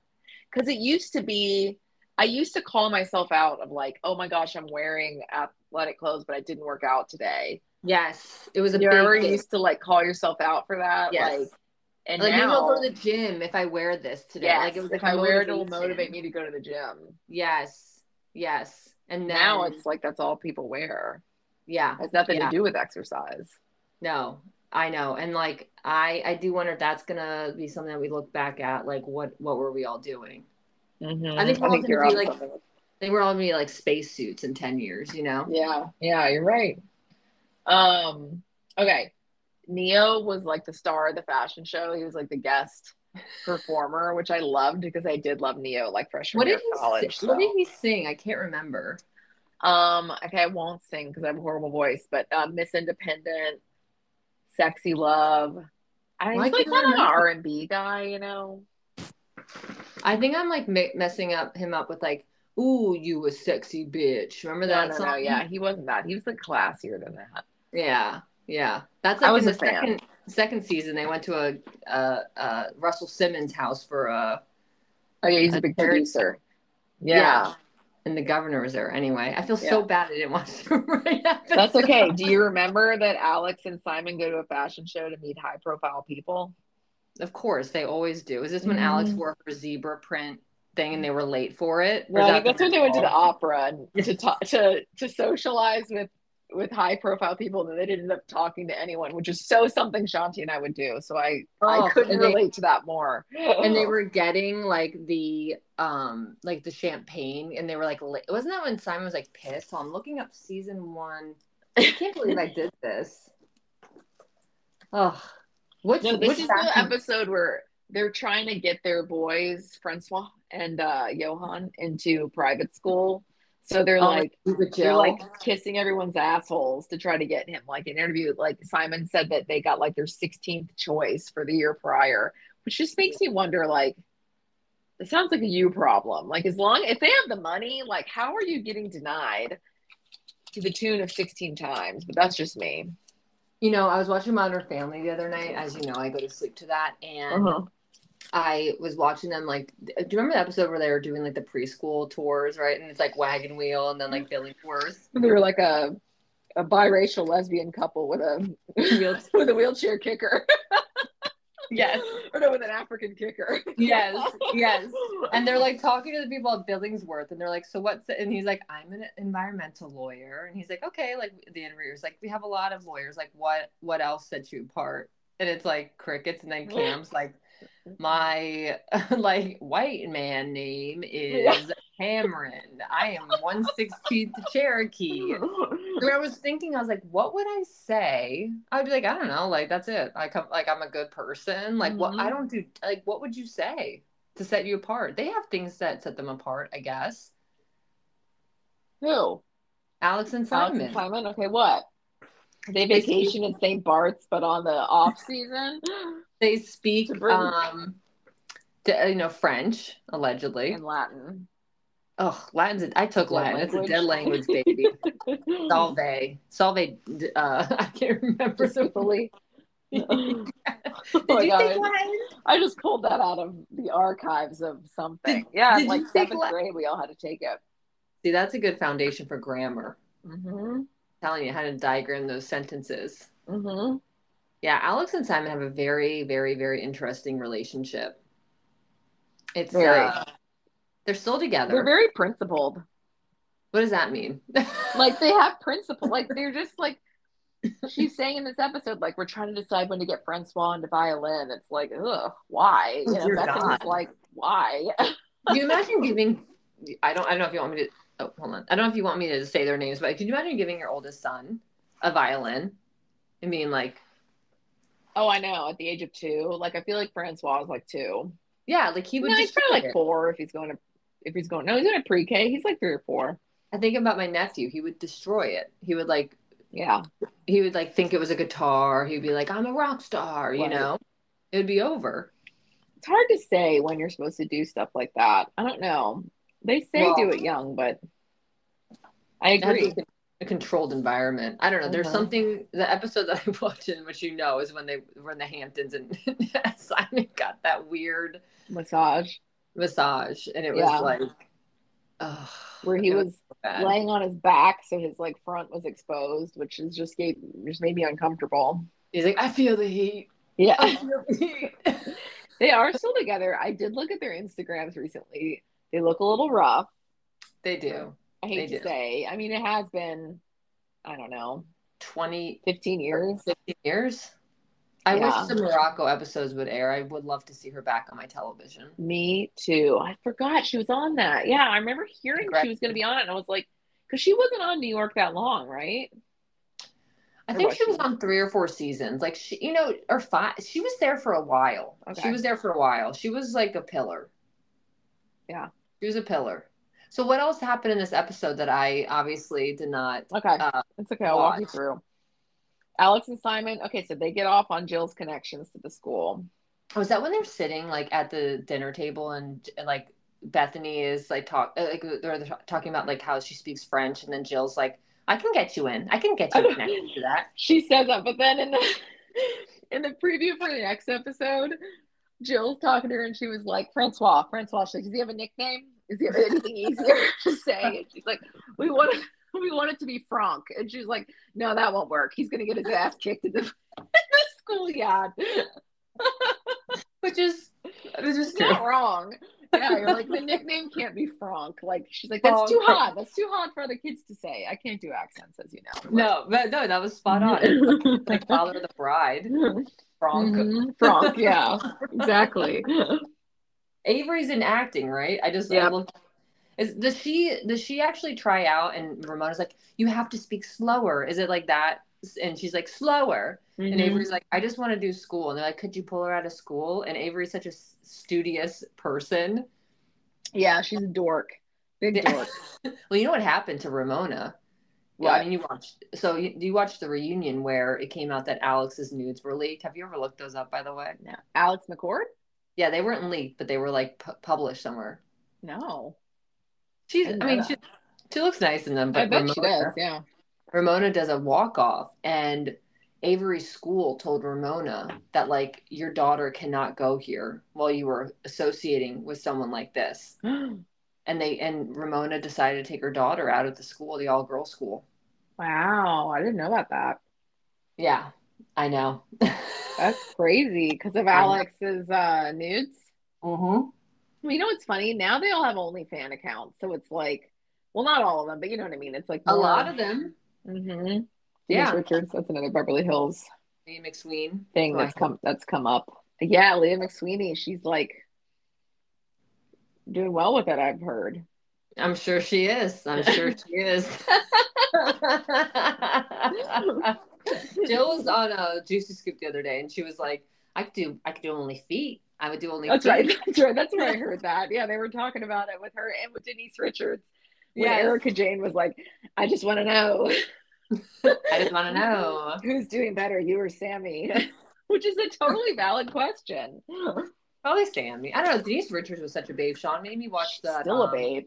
Because it used to be, I used to call myself out of like, oh my gosh, I'm wearing athletic clothes, but I didn't work out today. yes, it was a You ever big. thing. used to like call yourself out for that? Yes. Like, and like now, maybe I'll go to the gym if I wear this today. yes, like it was if like I a wear it, it'll motivation. motivate me to go to the gym. Yes, yes, and then, Now it's like that's all people wear. yeah. It has nothing Yeah. to do with exercise. No, I know. And like I I do wonder if that's gonna be something that we look back at, like what what were we all doing? I think we're all gonna you're be onto like- something. They were all gonna be like spacesuits in ten years, you know? Yeah, yeah, you're right. Um, okay. Neo was like the star of the fashion show. He was like the guest performer, which I loved because I did love Neo like freshman What year did he of college. sing? What did so. he sing? I can't remember. Um, okay, I won't sing because I have a horrible voice, but uh, Miss Independent, Sexy Love. I Why he's like can't I kind of an remember? R and B guy, you know. I think I'm like mi- messing up him up with like, ooh, you a sexy bitch. Remember No, that no, song? no, yeah, he wasn't that. He was like classier than that. Yeah, yeah. That's I like was in a the fan. second second season they went to a uh uh Russell Simmons house for uh Oh yeah, he's a A big third- producer. yeah. And the governor was there anyway. I feel so bad I didn't watch the right episode. That's okay. Do you remember that Alex and Simon go to a fashion show to meet high profile people? Of course, they always do. Is this when Alex Mm-hmm. wore her zebra print thing and they were late for it? Or is that that's when they went to the fall? opera and to talk to to socialize with with high profile people, and they didn't end up talking to anyone, which is so something Shanti and I would do. So I I Oh, couldn't and they- relate to that more. And Oh. they were getting like the um like the champagne and they were like late. wasn't that when Simon was like pissed? So I'm looking up season one. I can't believe I did this. Oh, which no. This which is the fashion- episode where they're trying to get their boys Francois and uh, Johan into private school. So they're oh, like with They're Jill. like kissing everyone's assholes to try to get him. Like an interview, like Simon said that they got like their 16th choice for the year prior, which just makes me wonder like, it sounds like a you problem. Like, as long if they have the money, like, how are you getting denied to the tune of 16 times? But that's just me. you know, I was watching Modern Family the other night. As you know, I go to sleep to that and Uh-huh. I was watching them like do you remember the episode where they were doing like the preschool tours, right? And it's like wagon wheel and then like Billy Worth They were like a, a biracial lesbian couple with a with a wheelchair kicker. Yes. or no, with an African kicker. Yes. Yes. And they're like talking to the people at Billingsworth and they're like, So what's it? and he's like, I'm an environmental lawyer and he's like, Okay, like the interviewer's like, We have a lot of lawyers, like what what else sets you apart? And it's like crickets and then Cam's like my like white man name is Cameron. I am one sixteenth Cherokee. I mean, I was thinking, I was like, what would I say? I'd be like, I don't know, like that's it. Like, I'm, like I'm a good person. Like, what Mhm. I don't do, like, what would you say to set you apart? They have things that set them apart, I guess. Who? Alex and Alex Simon. and Simon. Okay, what? They vacation at St. Bart's, but on the off season. They speak, To Britain. um, to, you know, French allegedly. In Latin. Oh, Latin's. A, I took Dead Latin. It's a dead language, language. baby. Solve, solve. Uh, I can't remember. Simply. oh Did my you God. think Latin? I just pulled that out of the archives of something. Did- yeah, did in like you take seventh la- grade, we all had to take it. See, that's a good foundation for grammar. Mm-hmm. telling you how to diagram those sentences. Mm-hmm. Yeah, Alex and Simon have a very, very, very interesting relationship. It's Very. uh, they're still together. They're very principled. what does that mean? Like they have principle. Like they're just like she's saying in this episode, like we're trying to decide when to get Francois into violin. It's like, ugh, why? You know, Oh, Dear Beckham God. was like, why? Can you imagine giving? I don't. I don't know if you want me to. Oh, hold on. I don't know if you want me to say their names, but can you imagine giving your oldest son a violin? I mean, like, Oh, I know. At the age of two, like I feel like Francois is like two. yeah, like he would. no, he's destroy probably like it. four if he's going to if he's going. No, he's going to pre-K. He's like three or four. I think about my nephew. He would destroy it. He would like. Yeah, He would like think it was a guitar. He'd be like, "I'm a rock star," you Right. know. It would be over. it's hard to say when you're supposed to do stuff like that. I don't know. They say Well- do it young, but I It has agree. to be A controlled environment. I don't know. There's Mhm. something the episode that I watched in which you know is when they were in the Hamptons and Simon got that weird Massage massage and it was Yeah. like oh, where he it was so bad. laying on his back, so his like front was exposed, which is just gave just made me uncomfortable. he's like, I feel the heat. I Yeah, feel the heat. they are still together. I did look at their Instagrams recently. They look a little rough. they do. I hate They to do. say. I mean, it has been, I don't know, 20 fifteen years. 15 years. I Yeah. wish the Morocco episodes would air. I would love to see her back on my television. Me too. I forgot she was on that. Yeah, I remember hearing she was going to be on it, and I was like, because she wasn't on New York that long, right? I Or think was she was she? on three or four seasons. Like she, you know, or five. She was there for a while. Okay. She was there for a while. She was like a pillar. Yeah. She was a pillar. So what else happened in this episode that I obviously did not? Okay, Uh, it's okay. I'll walk you watch. through. Alex and Simon. Okay, so they get off on Jill's connections to the school. Was oh, that when they're sitting like at the dinner table and, and like Bethany is like talk uh, like they're they're talking about like how she speaks French and then Jill's like I can get you in. I can get you connected to that. She says that, but then in the in the preview for the next episode, Jill's talking to her, and she was like, "Francois, Francois." She's like, "Does he have a nickname? Is he have anything easier to say?" And she's like, "We want it, we want it to be Franck," and she's like, "No, that won't work. He's gonna get his ass kicked in the, in the schoolyard." Which is this is It's true. not wrong. Yeah, you're like the nickname can't be Franck. Like she's like, "That's too Franck. hard. That's too hard for other kids to say. I can't do accents, as you know." No, but no, that was spot on. like Father of the Bride, Frank. Mhm, Franck, yeah, exactly. Avery's in acting, right? I just yeah. Yeah. I look, is does she does she actually try out? And Ramona's like, you have to speak slower. Is it like that? And she's like, slower. And Mm-hmm. Avery's like, I just want to do school. And they're like, could you pull her out of school? And Avery's such a s- studious person. Yeah, she's a dork. Big dork. well, you know what happened to Ramona? Well, I What? mean, you watched. So you, you watched the reunion where it came out that Alex's nudes were leaked. Have you ever looked those up, by the way? No. Alex McCord? Yeah, they weren't leaked, but they were like pu- published somewhere. No. She's, I I, know mean, that. she, she looks nice in them, but I bet she Ramona- does, yeah. Ramona does a walk off, and Avery's school told Ramona that, like, your daughter cannot go here while you were associating with someone like this. And they, and Ramona decided to take her daughter out of the school, the all girl school. wow, I didn't know about that. Yeah, I know. That's crazy because of I know. Alex's uh, nudes. mm-hmm. Well, you know what's funny? Now they all have OnlyFan accounts, so it's like, well, not all of them, but you know what I mean. It's like A lot of them. hmm Yeah. Richards. That's another Beverly Hills Lee McSween. thing who I that's come that's come up. Yeah, Leah McSweeney. She's like doing well with it. I've heard. I'm sure she is. I'm sure she is. Jill was on a Juicy Scoop the other day, and she was like, "I could do, I could do only feet. I would do only." That's feet. right. That's right. That's where I heard that. Yeah, they were talking about it with her and with Denise Richards. When Yes. Erica Jane was like, I just want to know I just want to know. who's doing better, you or Sammy? Which is a totally valid question. Probably Sammy. I don't know. Denise Richards was such a babe. Sean made me watch that. Still um, a babe.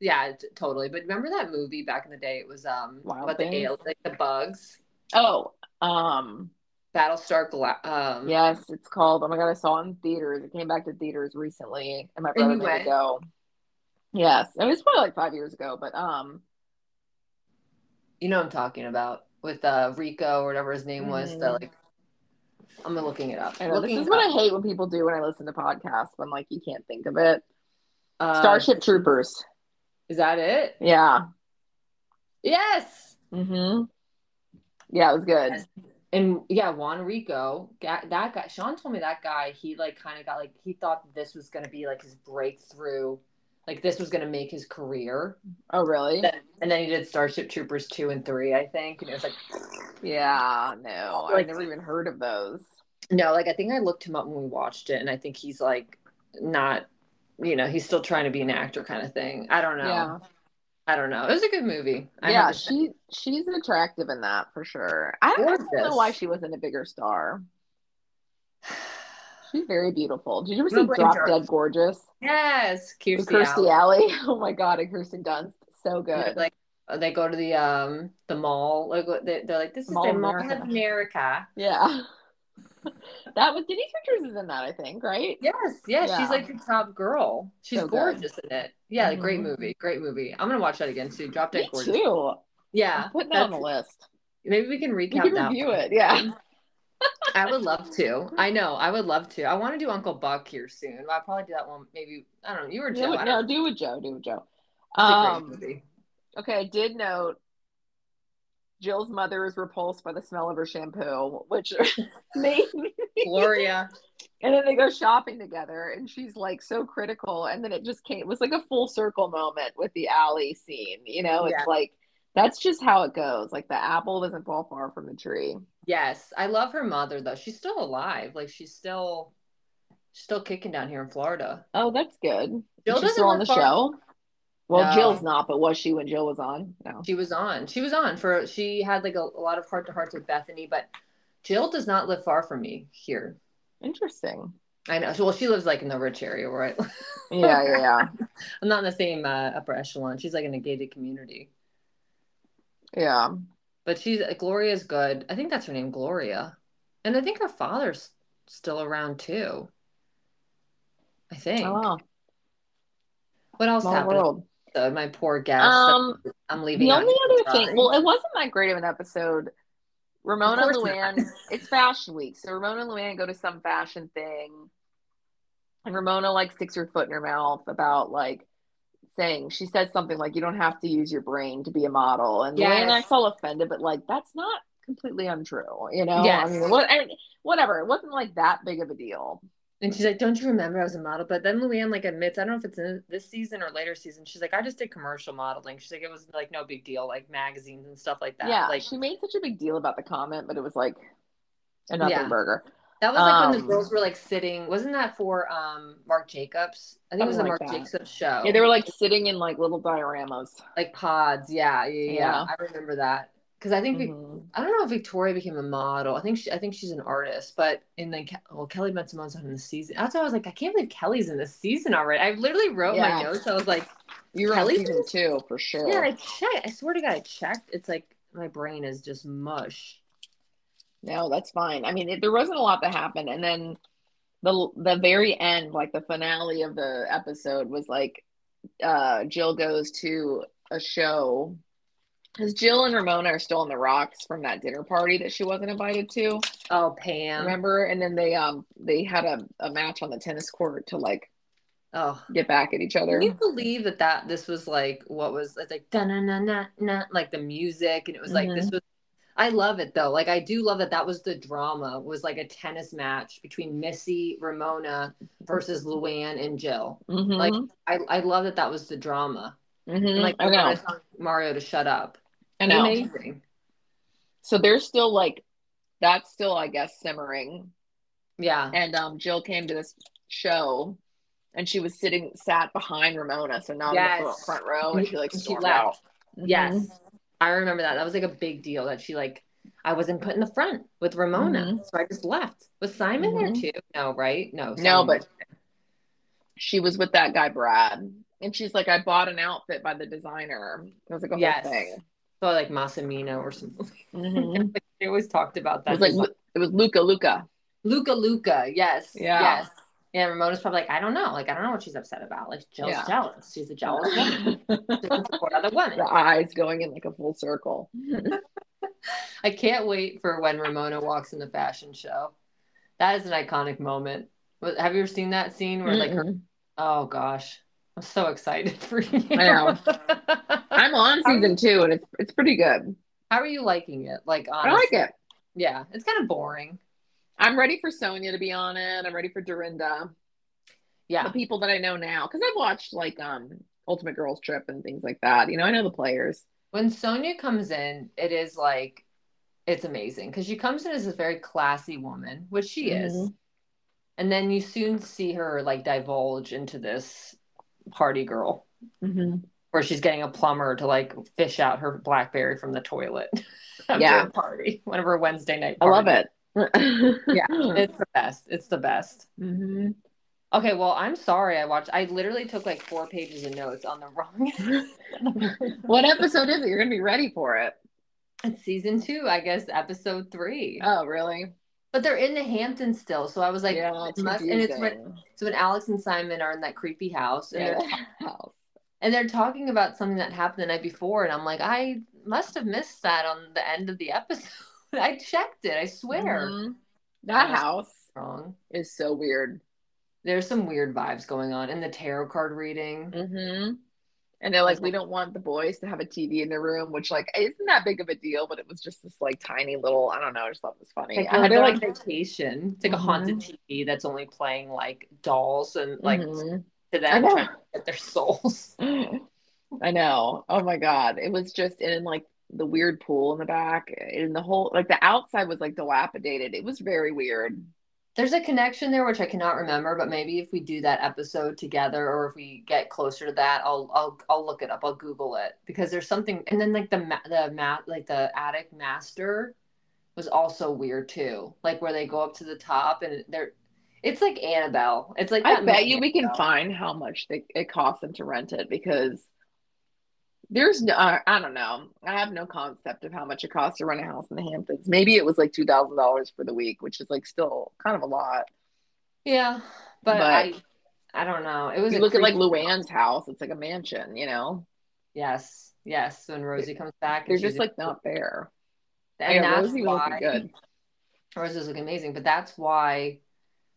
Yeah, t- totally. But remember that movie back in the day? It was um Wild about Things? the aliens, like the bugs, Oh, um, Battlestar. Gla- um, yes, it's called. Oh my god, I saw it in theaters. It came back to theaters recently, and my brother made Anyway. me go. Yes, I mean it's probably like five years ago, but um, You know what I'm talking about with uh Rico or whatever his name was. The Mhm. like, I'm looking it up. I know, this Looking is it what up. I hate when people do when I listen to podcasts when like you can't think of it. Uh, Starship Troopers. Is that it? Yeah. Yes. Mm-hmm. Yeah, it was good. Yes. And yeah, Juan Rico, ga- that guy, Sean told me that guy, he like kind of got like, he thought this was going to be like his breakthrough. Like this was going to make his career. Oh, really? And then he did Starship Troopers 2 and 3, I think. And it was like, Yeah, no, Like- I've never even heard of those. no, like I think I looked him up when we watched it. And I think he's like, not, you know, he's still trying to be an actor kind of thing. I don't know. Yeah, I don't know. It was a good movie. I yeah, haven't- she she's attractive in that for sure. I don't, I don't know Gorgeous. why she wasn't a bigger star. She's very beautiful. Did you ever see Real Drop gorgeous. Dead Gorgeous? Yes, With Kirstie Kirstie Alley. Alley. Oh my god, and Kirsten Dunst. So good. Like they go to the um the mall. Like they- they're like, this is Mall the of Mall America. of America. Yeah. that was Denise Richards is in that, I think, right? Yes, yeah, Yeah. she's like the top girl. She's So good. gorgeous in it. Yeah, great Mhm. movie, great movie. I'm gonna watch that again too. Drop Dead Me Gorgeous. too. Yeah, I'm putting that that's- on the list. maybe we can recap We can that. review one. it. Yeah. I would love to. I know, I would love to. I want to do Uncle Buck here soon. I'll probably do that one. Maybe I don't know. You were Do Joe. it, I no, don't know. do with Joe. Do with Joe. It's a great Um, movie. okay, I did note Jill's mother is repulsed by the smell of her shampoo, which made me. Gloria. And then they go shopping together, and she's like so critical. And then it just came, it was like a full circle moment with the alley scene. You know, it's Yeah. like that's just how it goes. Like the apple doesn't fall far from the tree. Yes, I love her mother though. She's still alive. Like she's still, she's still kicking down here in Florida. Oh, that's good. Jill Jill she's doesn't still on the live far- show. Well, No. Jill's not, but was she when Jill was on? No. She was on. She was on for. She had like a, a lot of heart to hearts with Bethany, but Jill does not live far from me here. Interesting. I know. Well, she lives like in the rich area, right? Yeah, yeah, yeah. I'm not in the same uh, upper echelon. She's like in a gated community, Yeah. but she's Gloria's good. I think that's her name, Gloria, and I think her father's still around too. I think. Oh, wow. What else Small happened? world. So my poor guest. Um, I'm leaving. the out only Nicole's other thing, drawing. well, it wasn't that great of an episode. Ramona Of course not. Luann, it's fashion week. So Ramona and Luann go to some fashion thing. And Ramona like sticks her foot in her mouth about like saying, she says something like, you don't have to use your brain to be a model. And Yes. Luann acts all offended, but like, that's not completely untrue. You know, Yes. I mean, what, I, whatever. It wasn't like that big of a deal. And she's like, "Don't you remember I was a model?" But then Luann like admits, I don't know if it's in this season or later season. She's like, "I just did commercial modeling." She's like, "It was like no big deal, like magazines and stuff like that." yeah. like she made such a big deal about the comment, but it was like a nothing Yeah. burger. that was like when the um, girls were like sitting. Wasn't that for um Mark Jacobs? I think it was the Something like Mark that. Jacobs show. Yeah, they were like sitting in like little dioramas. like pods. Yeah, yeah, yeah. Yeah. I remember that because I think Vic- Mhm. I don't know if Victoria became a model. I think she, I think she's an artist, but in the Ke- well, Kelly Met Simone's not in the season. That's why I was like, I can't believe Kelly's in this season already. I literally wrote Yeah. my notes. I was like. You were on Kelly's season in- two for sure. Yeah, I Yeah, checked. I swear to God, I checked. It's like my brain is just mush. no, that's fine. I mean, it, there wasn't a lot that happened, and then the the very end, like the finale of the episode, was like uh, Jill goes to a show because Jill and Ramona are still on the rocks from that dinner party that she wasn't invited to. Oh, Pam. Remember? And then they um they had a, a match on the tennis court to like Oh, get back at each other. can you believe that that this was like what was it's like na na na na like the music and it was like Mm-hmm. this was. I love it though. Like I do love that that was the drama was like a tennis match between Missy Ramona versus Mm-hmm. Luann and Jill. Mhm. like, I I love that that was the drama. Mhm. And, like uh, I know. Ramona telling Mario to shut up. I know. Amazing. So they're still like that's still I guess simmering. Yeah. And um Jill came to this show and she was sitting sat behind Ramona, so now in the Yes. fr- front row and she like And she stormed left. out. Yes. Mhm. I remember that. That was like a big deal that she like I wasn't put in the front with Ramona. Mhm. So I just left. Was Simon Mhm. there too? No, right? No. No, Simon but was- she was with that guy Brad. And she's like, I bought an outfit by the designer. It was like a whole Yes. thing. so like Massimino or something. Mhm. They always talked about It that. was like Lu- it was Luca Luca. Luca Luca, yes. Yeah. Yes. And Ramona's probably like, I don't know. Like, I don't know what she's upset about. Like, Jill's Yeah. jealous. She's a jealous woman. the She doesn't support other women. eyes going in like a full circle. Mm-hmm. I can't wait for when Ramona walks in the fashion show. That is an iconic moment. But Have you ever seen that scene where like her Mhm. Oh gosh, I'm so excited for you. know. I'm on season two and it's it's pretty good. How are you liking it? Like, I like honestly, it. yeah, it's kind of boring. I'm ready for Sonia to be on it. I'm ready for Dorinda. The Yeah, people that I know now, because I've watched like um Ultimate Girls Trip and things like that. You know, I know the players. when Sonia comes in, it is like it's amazing because she comes in as a very classy woman, which she is, Mhm. and then you soon see her like divulge into this party girl where she's getting a plumber to like fish out her BlackBerry from the toilet after Yeah. a party, one of her Wednesday night. I love parties. it. yeah, it's the best. It's the best. Mhm. Okay, well, I'm sorry. I watched. I literally took like four pages of notes on the wrong. What episode is it? You're gonna be ready for it. it's season two, I guess, episode three. Oh, really? but they're in the Hamptons still, so I was like, yeah, it must- and it's when confusing. so when Alex and Simon are in that creepy house, and Yeah, they're and they're talking about something that happened the night before, and I'm like, I must have missed that on the end of the episode. I checked it. I swear. Mhm. That Mm-hmm. Yes. house Wrong. is so weird. There's some weird vibes going on, and the tarot card reading. Mm-hmm. And they're like, we don't want the boys to have a TV in their room, which like isn't that big of a deal, but it was just this like tiny little. I don't know. I just thought it was funny. Like, Mm-hmm. I had to they're on like. vacation. It's like a haunted TV that's only playing like dolls and like Mhm. to I them know. trying to get their souls. I know. Oh my god, it was just in like the weird pool in the back, and the whole like the outside was like dilapidated. It was very weird. There's a connection there which I cannot remember, but maybe if we do that episode together or if we get closer to that, I'll I'll I'll look it up. I'll Google it because there's something. And then like the ma- the mat like the attic master was also weird too. Like where they go up to the top and they're it's like Annabelle. It's like I that bet movie you we can Annabelle. find how much they, it costs them to rent it because there's no, I I don't know. I have no concept of how much it costs to rent a house in the Hamptons. Maybe it was like two thousand dollars for the week, which is like still kind of a lot. Yeah, but, But- I I don't know. It was You a look at like creepy- Luann's house; it's like a mansion. You know, Yes, yes. When Rosie comes back, and they're she's just like not there. and yeah, that's Rosie why wasn't good. Rosie was looking amazing. But that's why,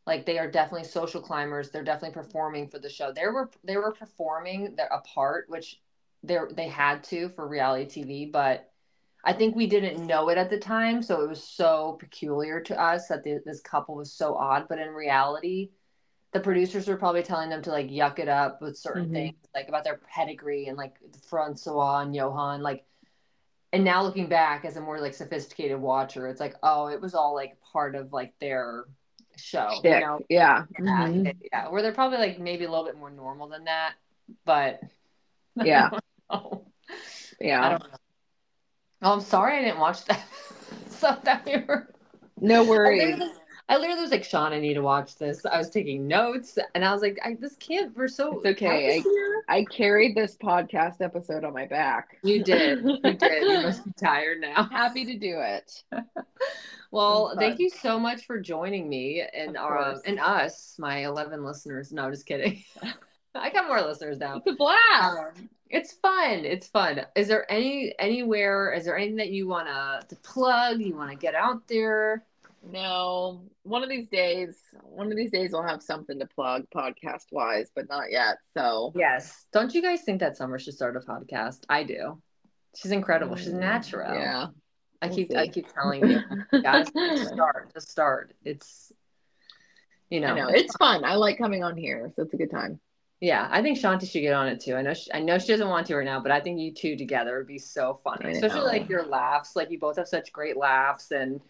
like, they are definitely social climbers. They're definitely performing for the show. They were they were performing their a part, which they they had to for reality TV. But I think we didn't know it at the time, so it was so peculiar to us that the, this couple was so odd. But in reality. The producers were probably telling them to like yuck it up with certain Mhm. things, like about their pedigree and like Francois and Johan. Like and now looking back as a more like sophisticated watcher it's like oh it was all like part of like their show you Shtick. know? Yeah. yeah, Mhm. yeah where they're probably like maybe a little bit more normal than that but Yeah. oh, Yeah. i don't know oh i'm sorry i didn't watch that so that we were No I worries. literally, I literally was like sean i need to watch this i was taking notes and i was like I, this can't we're so It's okay. how is I- here? I carried this podcast episode on my back. you did you did you must be tired now Happy to do it. Well, fun. thank you so much for joining me and Of our course. and us, my eleven listeners. No, I'm just kidding. I got more listeners now. It's a blast. It's fun. It's fun. Is there any anywhere? Is there anything that you wanna to plug? You wanna get out there? No, one of these days, one of these days, we'll have something to plug podcast wise, but not yet. So Yes. Don't you guys think that Summer should start a podcast? I do. She's incredible. She's natural. Mm, Yeah, I we'll keep see. I keep telling you guys just start. Just start. It's you I know, know it's fun. I like coming on here, so it's a good time. Yeah, I think Shanti should get on it too. I know she, I know she doesn't want to right now, but I think you two together would be so I funny, especially like know. your laughs. Like you both have such great laughs, and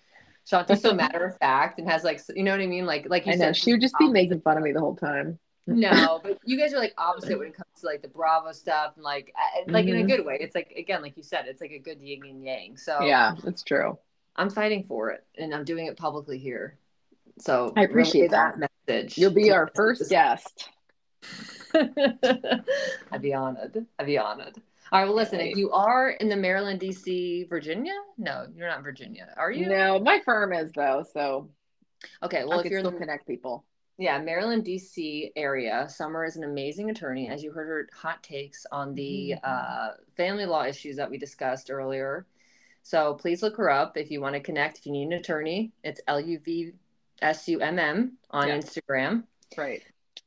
Shanti's so matter of fact and has like s- you know what I mean. Like like you I know said, she would just be making fun of me the whole time. no, but you guys are like opposite when it comes to like the Bravo stuff and like I- like in a Mhm. good way. It's like again, like you said, it's like a good yin and yang. So Yeah, that's true. I'm fighting for it, and I'm doing it publicly here. So I appreciate relay message. You'll be to- our first guest. I'd be honored. I'd be honored. All right. Well, listen, if Right. you are in the Maryland, D.C., Virginia, no, you're not in Virginia, are you? No, my firm is though, so Okay. well, Well, I if can you're in still the connect people. yeah Maryland, D.C. area, Summer is an amazing attorney, as you heard her hot takes on the Mhm. uh, family law issues that we discussed earlier. So please look her up if you want to connect. If you need an attorney, it's L U V S U M M on Yeah. Instagram. Right.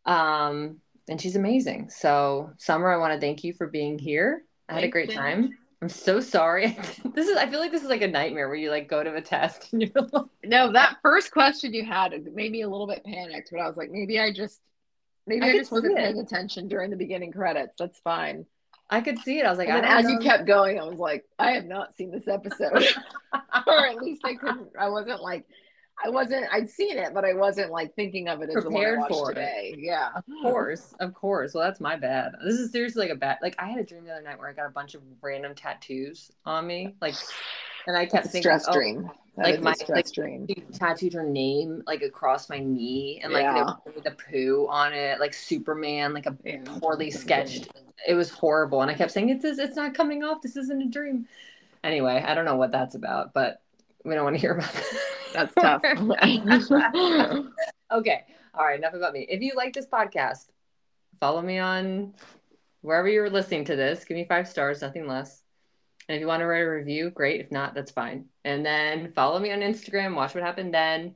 Um, and she's amazing. So, Summer, I want to thank you for being here. I had a Thank great you. time. I'm so sorry. this is I feel like this is like a nightmare where you like go to a test and you're like No, that first question you had made me a little bit panicked, but I was like, maybe I just, maybe I I, could just wasn't see it. paying attention during the beginning credits. That's fine. I could see it. I was like, and then I as don't you know. kept going, I was like, I have not seen this episode, or at least I couldn't. I wasn't like, I wasn't. I'd seen it, but I wasn't like thinking of it as Prepared the one I for watched it. today. Yeah, Of course, of course. Well, that's my bad. This is seriously like a bad. Like I had a dream the other night where I got a bunch of random tattoos on me, like And I kept It's a thinking, stress oh, dream. That like is a my- stress dream. she tattooed her name like across my knee and like Yeah. there was the poo on it, like Superman, like a Yeah. poorly sketched. It was horrible, and I kept saying, "It's it's not coming off. This isn't a dream." Anyway, I don't know what that's about, but we don't want to hear about that. That's tough. okay, all right. Enough about me. If you like this podcast, follow me on wherever you're listening to this. Give me five stars, nothing less. And if you want to write a review, great. If not, that's fine. And then follow me on Instagram. Watch what happened then,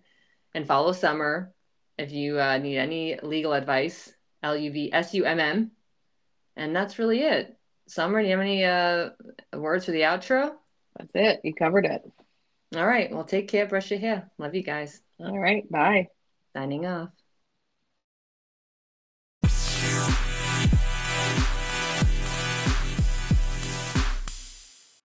and follow Summer if you uh, need any legal advice. L U V S U M M. And that's really it. Summer, do you have any uh, words for the outro? That's it. You covered it. All right. Well, take care. Brush your hair. Love you guys. All right. Bye. Signing off.